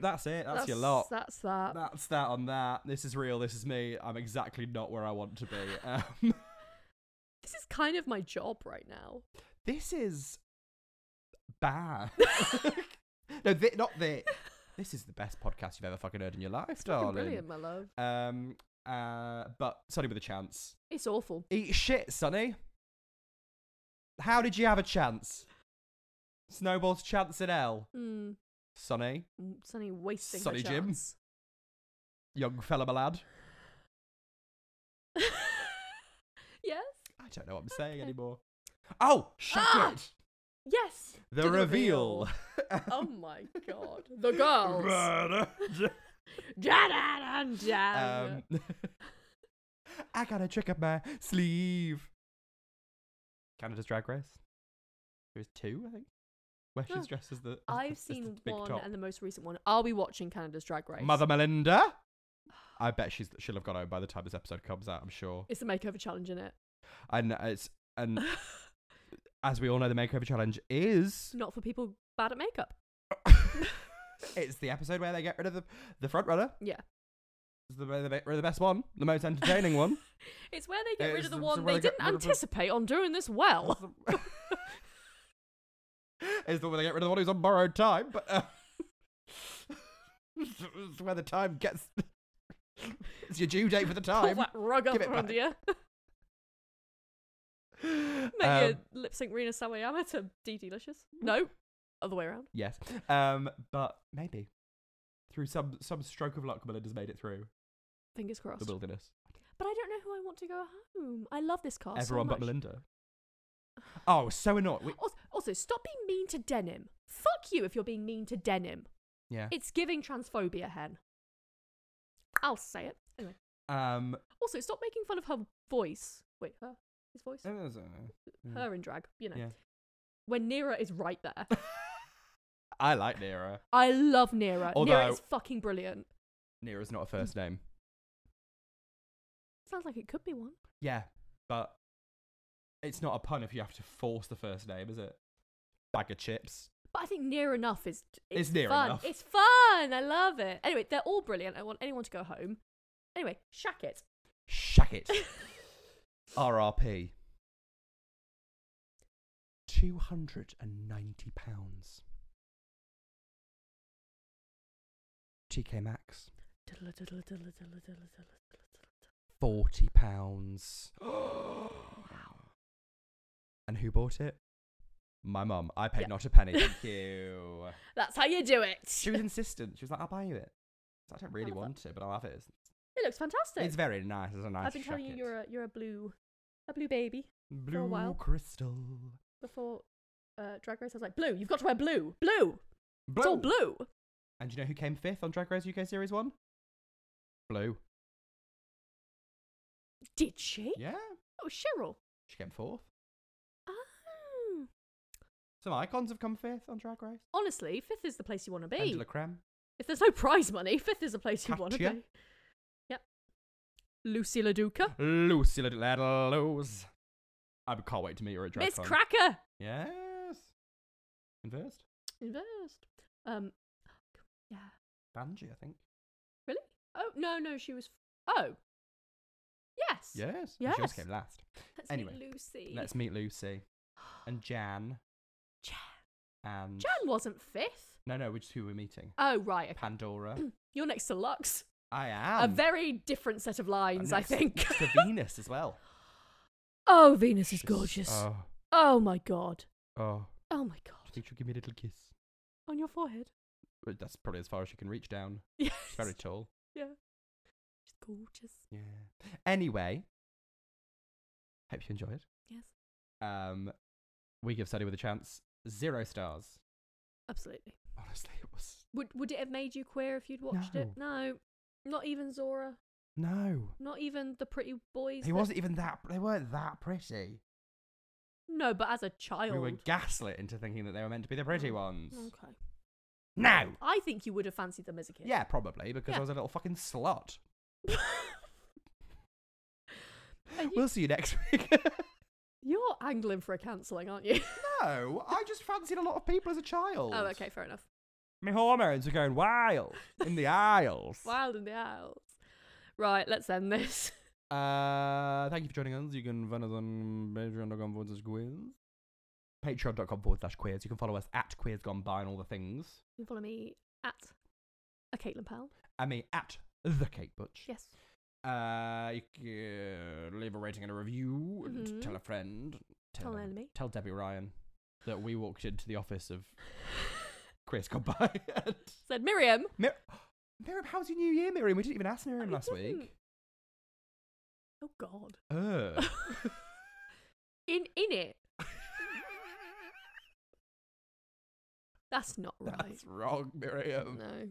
Speaker 1: that's it. That's, your lot.
Speaker 2: That's that.
Speaker 1: That's that on that. This is real. This is me. I'm exactly not where I want to be. Um,
Speaker 2: This is kind of my job right now.
Speaker 1: This is bad. no, thi- not the. This is the best podcast you've ever fucking heard in your life,
Speaker 2: Fucking
Speaker 1: darling.
Speaker 2: brilliant, my love.
Speaker 1: Um, uh, but Sonny with a chance.
Speaker 2: It's awful.
Speaker 1: Eat shit, Sonny. How did you have a chance? Snowball's chance in L.
Speaker 2: Mm.
Speaker 1: Sonny,
Speaker 2: Mm, Sunny wasting. her
Speaker 1: Sunny Jim.
Speaker 2: chance.
Speaker 1: young fella, my lad.
Speaker 2: yes.
Speaker 1: I don't know what I'm
Speaker 2: Okay.
Speaker 1: saying anymore. Oh, shut
Speaker 2: Ah!
Speaker 1: it!
Speaker 2: Yes.
Speaker 1: The,
Speaker 2: To the
Speaker 1: reveal.
Speaker 2: Oh my god. The girls. Da-da-da-da.
Speaker 1: um, I got a trick up my sleeve. Canada's Drag Race. There's two, I think. Where she's
Speaker 2: Oh,
Speaker 1: dressed as the. as the-
Speaker 2: I've
Speaker 1: as the
Speaker 2: seen
Speaker 1: big
Speaker 2: one
Speaker 1: top.
Speaker 2: and the most recent one. Are we watching Canada's Drag Race?
Speaker 1: Mother Melinda. I bet she's she'll have gone home by the time this episode comes out. I'm sure.
Speaker 2: It's the makeover challenge in it.
Speaker 1: And it's and as we all know, the makeover challenge is
Speaker 2: Not for people bad at makeup.
Speaker 1: it's the episode where they get rid of the the front runner.
Speaker 2: Yeah.
Speaker 1: It's the, where they get rid of the best one, the most entertaining one.
Speaker 2: It's where they get
Speaker 1: It's
Speaker 2: rid of the
Speaker 1: the-
Speaker 2: one
Speaker 1: so
Speaker 2: they,
Speaker 1: where they get
Speaker 2: didn't
Speaker 1: rid of the-
Speaker 2: anticipate on doing this well.
Speaker 1: Is the where they get rid of the one who's on borrowed time, but uh, it's where the time gets. it's your due date for the
Speaker 2: Pull
Speaker 1: time.
Speaker 2: that rug up
Speaker 1: Give it
Speaker 2: from under
Speaker 1: back.
Speaker 2: you. Make
Speaker 1: Um, Mm-hmm.
Speaker 2: your lip sync Rena Sawayama to D Delicious. No, other way around.
Speaker 1: Yes. Um, but maybe through some some stroke of luck, Melinda's made it through
Speaker 2: Fingers crossed.
Speaker 1: the wilderness.
Speaker 2: But I don't know who I want to go home. I love this cast. so
Speaker 1: Everyone but
Speaker 2: much.
Speaker 1: Melinda. Oh, so annoying. We-
Speaker 2: Also, also, stop being mean to denim. Fuck you if you're being mean to denim.
Speaker 1: yeah.
Speaker 2: It's giving transphobia, Hen. I'll say it. Anyway.
Speaker 1: Um.
Speaker 2: Also, stop making fun of her voice. Wait, her? His voice? her in drag, you know.
Speaker 1: Oh. Yeah.
Speaker 2: When Nera is right there.
Speaker 1: I like Nira.
Speaker 2: I love Nera. Nera
Speaker 1: Although-
Speaker 2: is fucking brilliant.
Speaker 1: Nira's not a
Speaker 2: Mm.
Speaker 1: first name.
Speaker 2: Sounds like it could be one.
Speaker 1: Yeah, but it's not a pun if you have to force the first name, is it? Bag of chips.
Speaker 2: But I think near enough is it's,
Speaker 1: It's near
Speaker 2: fun.
Speaker 1: enough.
Speaker 2: It's fun. I love it. Anyway, they're all brilliant. I want anyone to go home. Anyway, shack it.
Speaker 1: Shack it. RRP. Two hundred and ninety pounds. TK Maxx. Forty pounds. And who bought it? My mum. I paid
Speaker 2: Yeah.
Speaker 1: not a penny. Thank you.
Speaker 2: That's how you do it.
Speaker 1: She was insistent. She was like, "I'll buy you it." I don't really
Speaker 2: love that.
Speaker 1: want it, but I'll have it. It's-
Speaker 2: It looks fantastic.
Speaker 1: It's very nice. It's a nice.
Speaker 2: I've been telling you
Speaker 1: jacket.
Speaker 2: you're a you're a blue a blue baby
Speaker 1: blue
Speaker 2: a while.
Speaker 1: crystal.
Speaker 2: before uh, Drag Race. I was like, blue. You've got to wear blue. Blue. It's all blue.
Speaker 1: And do you know who came fifth on Drag Race UK Series One? Blue.
Speaker 2: Did she?
Speaker 1: Yeah,
Speaker 2: Oh, Cheryl.
Speaker 1: she came fourth.
Speaker 2: Oh.
Speaker 1: Some icons have come fifth on Drag Race.
Speaker 2: Honestly, fifth is the place you want to be.
Speaker 1: Angela Cram.
Speaker 2: If there's no prize money, fifth is the place you want to
Speaker 1: Katya.
Speaker 2: be. Yep. Lucy LaDuca.
Speaker 1: Lucy Lose. I can't wait to meet her at Drag
Speaker 2: Miss
Speaker 1: Con.
Speaker 2: Cracker.
Speaker 1: Yes. And first,
Speaker 2: Invest. Um. Yeah.
Speaker 1: Banji, I think.
Speaker 2: Really? Oh no, no, she was. Oh. Yes.
Speaker 1: Yes. And She also
Speaker 2: Yes.
Speaker 1: came last.
Speaker 2: Let's
Speaker 1: Anyway,
Speaker 2: meet Lucy.
Speaker 1: Let's meet Lucy and Jan
Speaker 2: Jan.
Speaker 1: and
Speaker 2: Jan wasn't fifth.
Speaker 1: no, no, which is who we're meeting.
Speaker 2: Oh right. okay.
Speaker 1: Pandora.
Speaker 2: You're next to Lux.
Speaker 1: I
Speaker 2: A
Speaker 1: am.
Speaker 2: very different set of lines, I
Speaker 1: next-
Speaker 2: think.
Speaker 1: next to Venus as well.
Speaker 2: oh, Venus is
Speaker 1: She's-
Speaker 2: gorgeous.
Speaker 1: Oh,
Speaker 2: oh my god.
Speaker 1: oh.
Speaker 2: Oh my
Speaker 1: Do you
Speaker 2: god.
Speaker 1: think she'll give me a little kiss?
Speaker 2: On your forehead.
Speaker 1: But that's probably as far as she can reach down.
Speaker 2: Yes.
Speaker 1: She's very tall.
Speaker 2: She's gorgeous.
Speaker 1: Yeah. Anyway, hope you enjoyed.
Speaker 2: Yes.
Speaker 1: Um, we give study with a chance. Zero stars.
Speaker 2: Absolutely.
Speaker 1: Honestly, it was
Speaker 2: Would Would it have made you queer if you'd watched it? No. Not even Zora.
Speaker 1: no.
Speaker 2: Not even the pretty boys.
Speaker 1: He
Speaker 2: that-
Speaker 1: wasn't e- even that. They weren't that pretty.
Speaker 2: No, but as a child.
Speaker 1: We were gaslit into thinking that they were meant to be the
Speaker 2: Oh,
Speaker 1: pretty ones.
Speaker 2: Okay.
Speaker 1: No.
Speaker 2: I think you would have fancied them as a kid.
Speaker 1: Yeah, probably because
Speaker 2: Yeah.
Speaker 1: I was a little fucking slut.
Speaker 2: Are you,
Speaker 1: We'll see you next week.
Speaker 2: you're angling for a cancelling, aren't you?
Speaker 1: no, I just fancied a lot of people as a child.
Speaker 2: oh, okay, fair enough.
Speaker 1: My hormones are going wild in the aisles.
Speaker 2: Wild in the Isles. Right, let's end this.
Speaker 1: Uh, thank you for joining us. You can find us on patreon.com forward slash quiz. patreon.com forward slash queers. You can follow us at queers gone by and all the things.
Speaker 2: You can follow me at a Caitlin Powell.
Speaker 1: I mean, at the Kate Butch.
Speaker 2: Yes.
Speaker 1: Uh, you can leave a rating and a review. and
Speaker 2: Mhm.
Speaker 1: Tell a friend.
Speaker 2: Tell an enemy.
Speaker 1: Tell Debbie Ryan that we walked into the office of Chris Goodbye. and
Speaker 2: Said Miriam.
Speaker 1: Mir- Miriam, how's your New Year, Miriam? We didn't even ask Miriam
Speaker 2: we
Speaker 1: last week.
Speaker 2: didn't. Oh God.
Speaker 1: Ugh.
Speaker 2: in in it. That's not right.
Speaker 1: That's wrong, Miriam.
Speaker 2: No.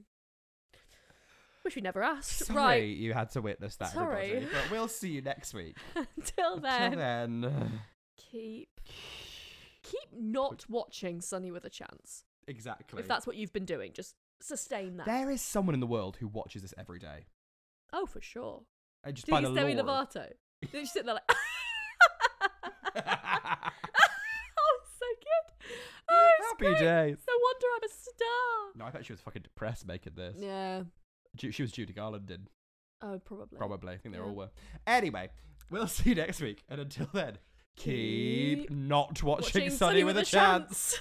Speaker 2: Which we never asked.
Speaker 1: Sorry
Speaker 2: Right.
Speaker 1: you had to witness that, everybody.
Speaker 2: Sorry.
Speaker 1: But we'll see you next week.
Speaker 2: Until then,
Speaker 1: Till then.
Speaker 2: keep keep not watching Sunny with a Chance.
Speaker 1: Exactly.
Speaker 2: If that's what you've been doing, just sustain that.
Speaker 1: there is someone in the world who watches this every day.
Speaker 2: Oh, for sure.
Speaker 1: And just
Speaker 2: Do you
Speaker 1: by
Speaker 2: think
Speaker 1: the
Speaker 2: it's Demi
Speaker 1: law of-
Speaker 2: Lovato? Did you sit there like? oh, it's so good. Oh, it's
Speaker 1: Happy
Speaker 2: great.
Speaker 1: days.
Speaker 2: No wonder I'm a star.
Speaker 1: No, I bet she was fucking depressed making this.
Speaker 2: Yeah.
Speaker 1: Ju- She was Judy Garland, did
Speaker 2: Oh, probably.
Speaker 1: probably. I think they
Speaker 2: Yeah.
Speaker 1: all were. Anyway, we'll see you next week. And until then, keep,
Speaker 2: Keep
Speaker 1: not watching, Sunny with a chance.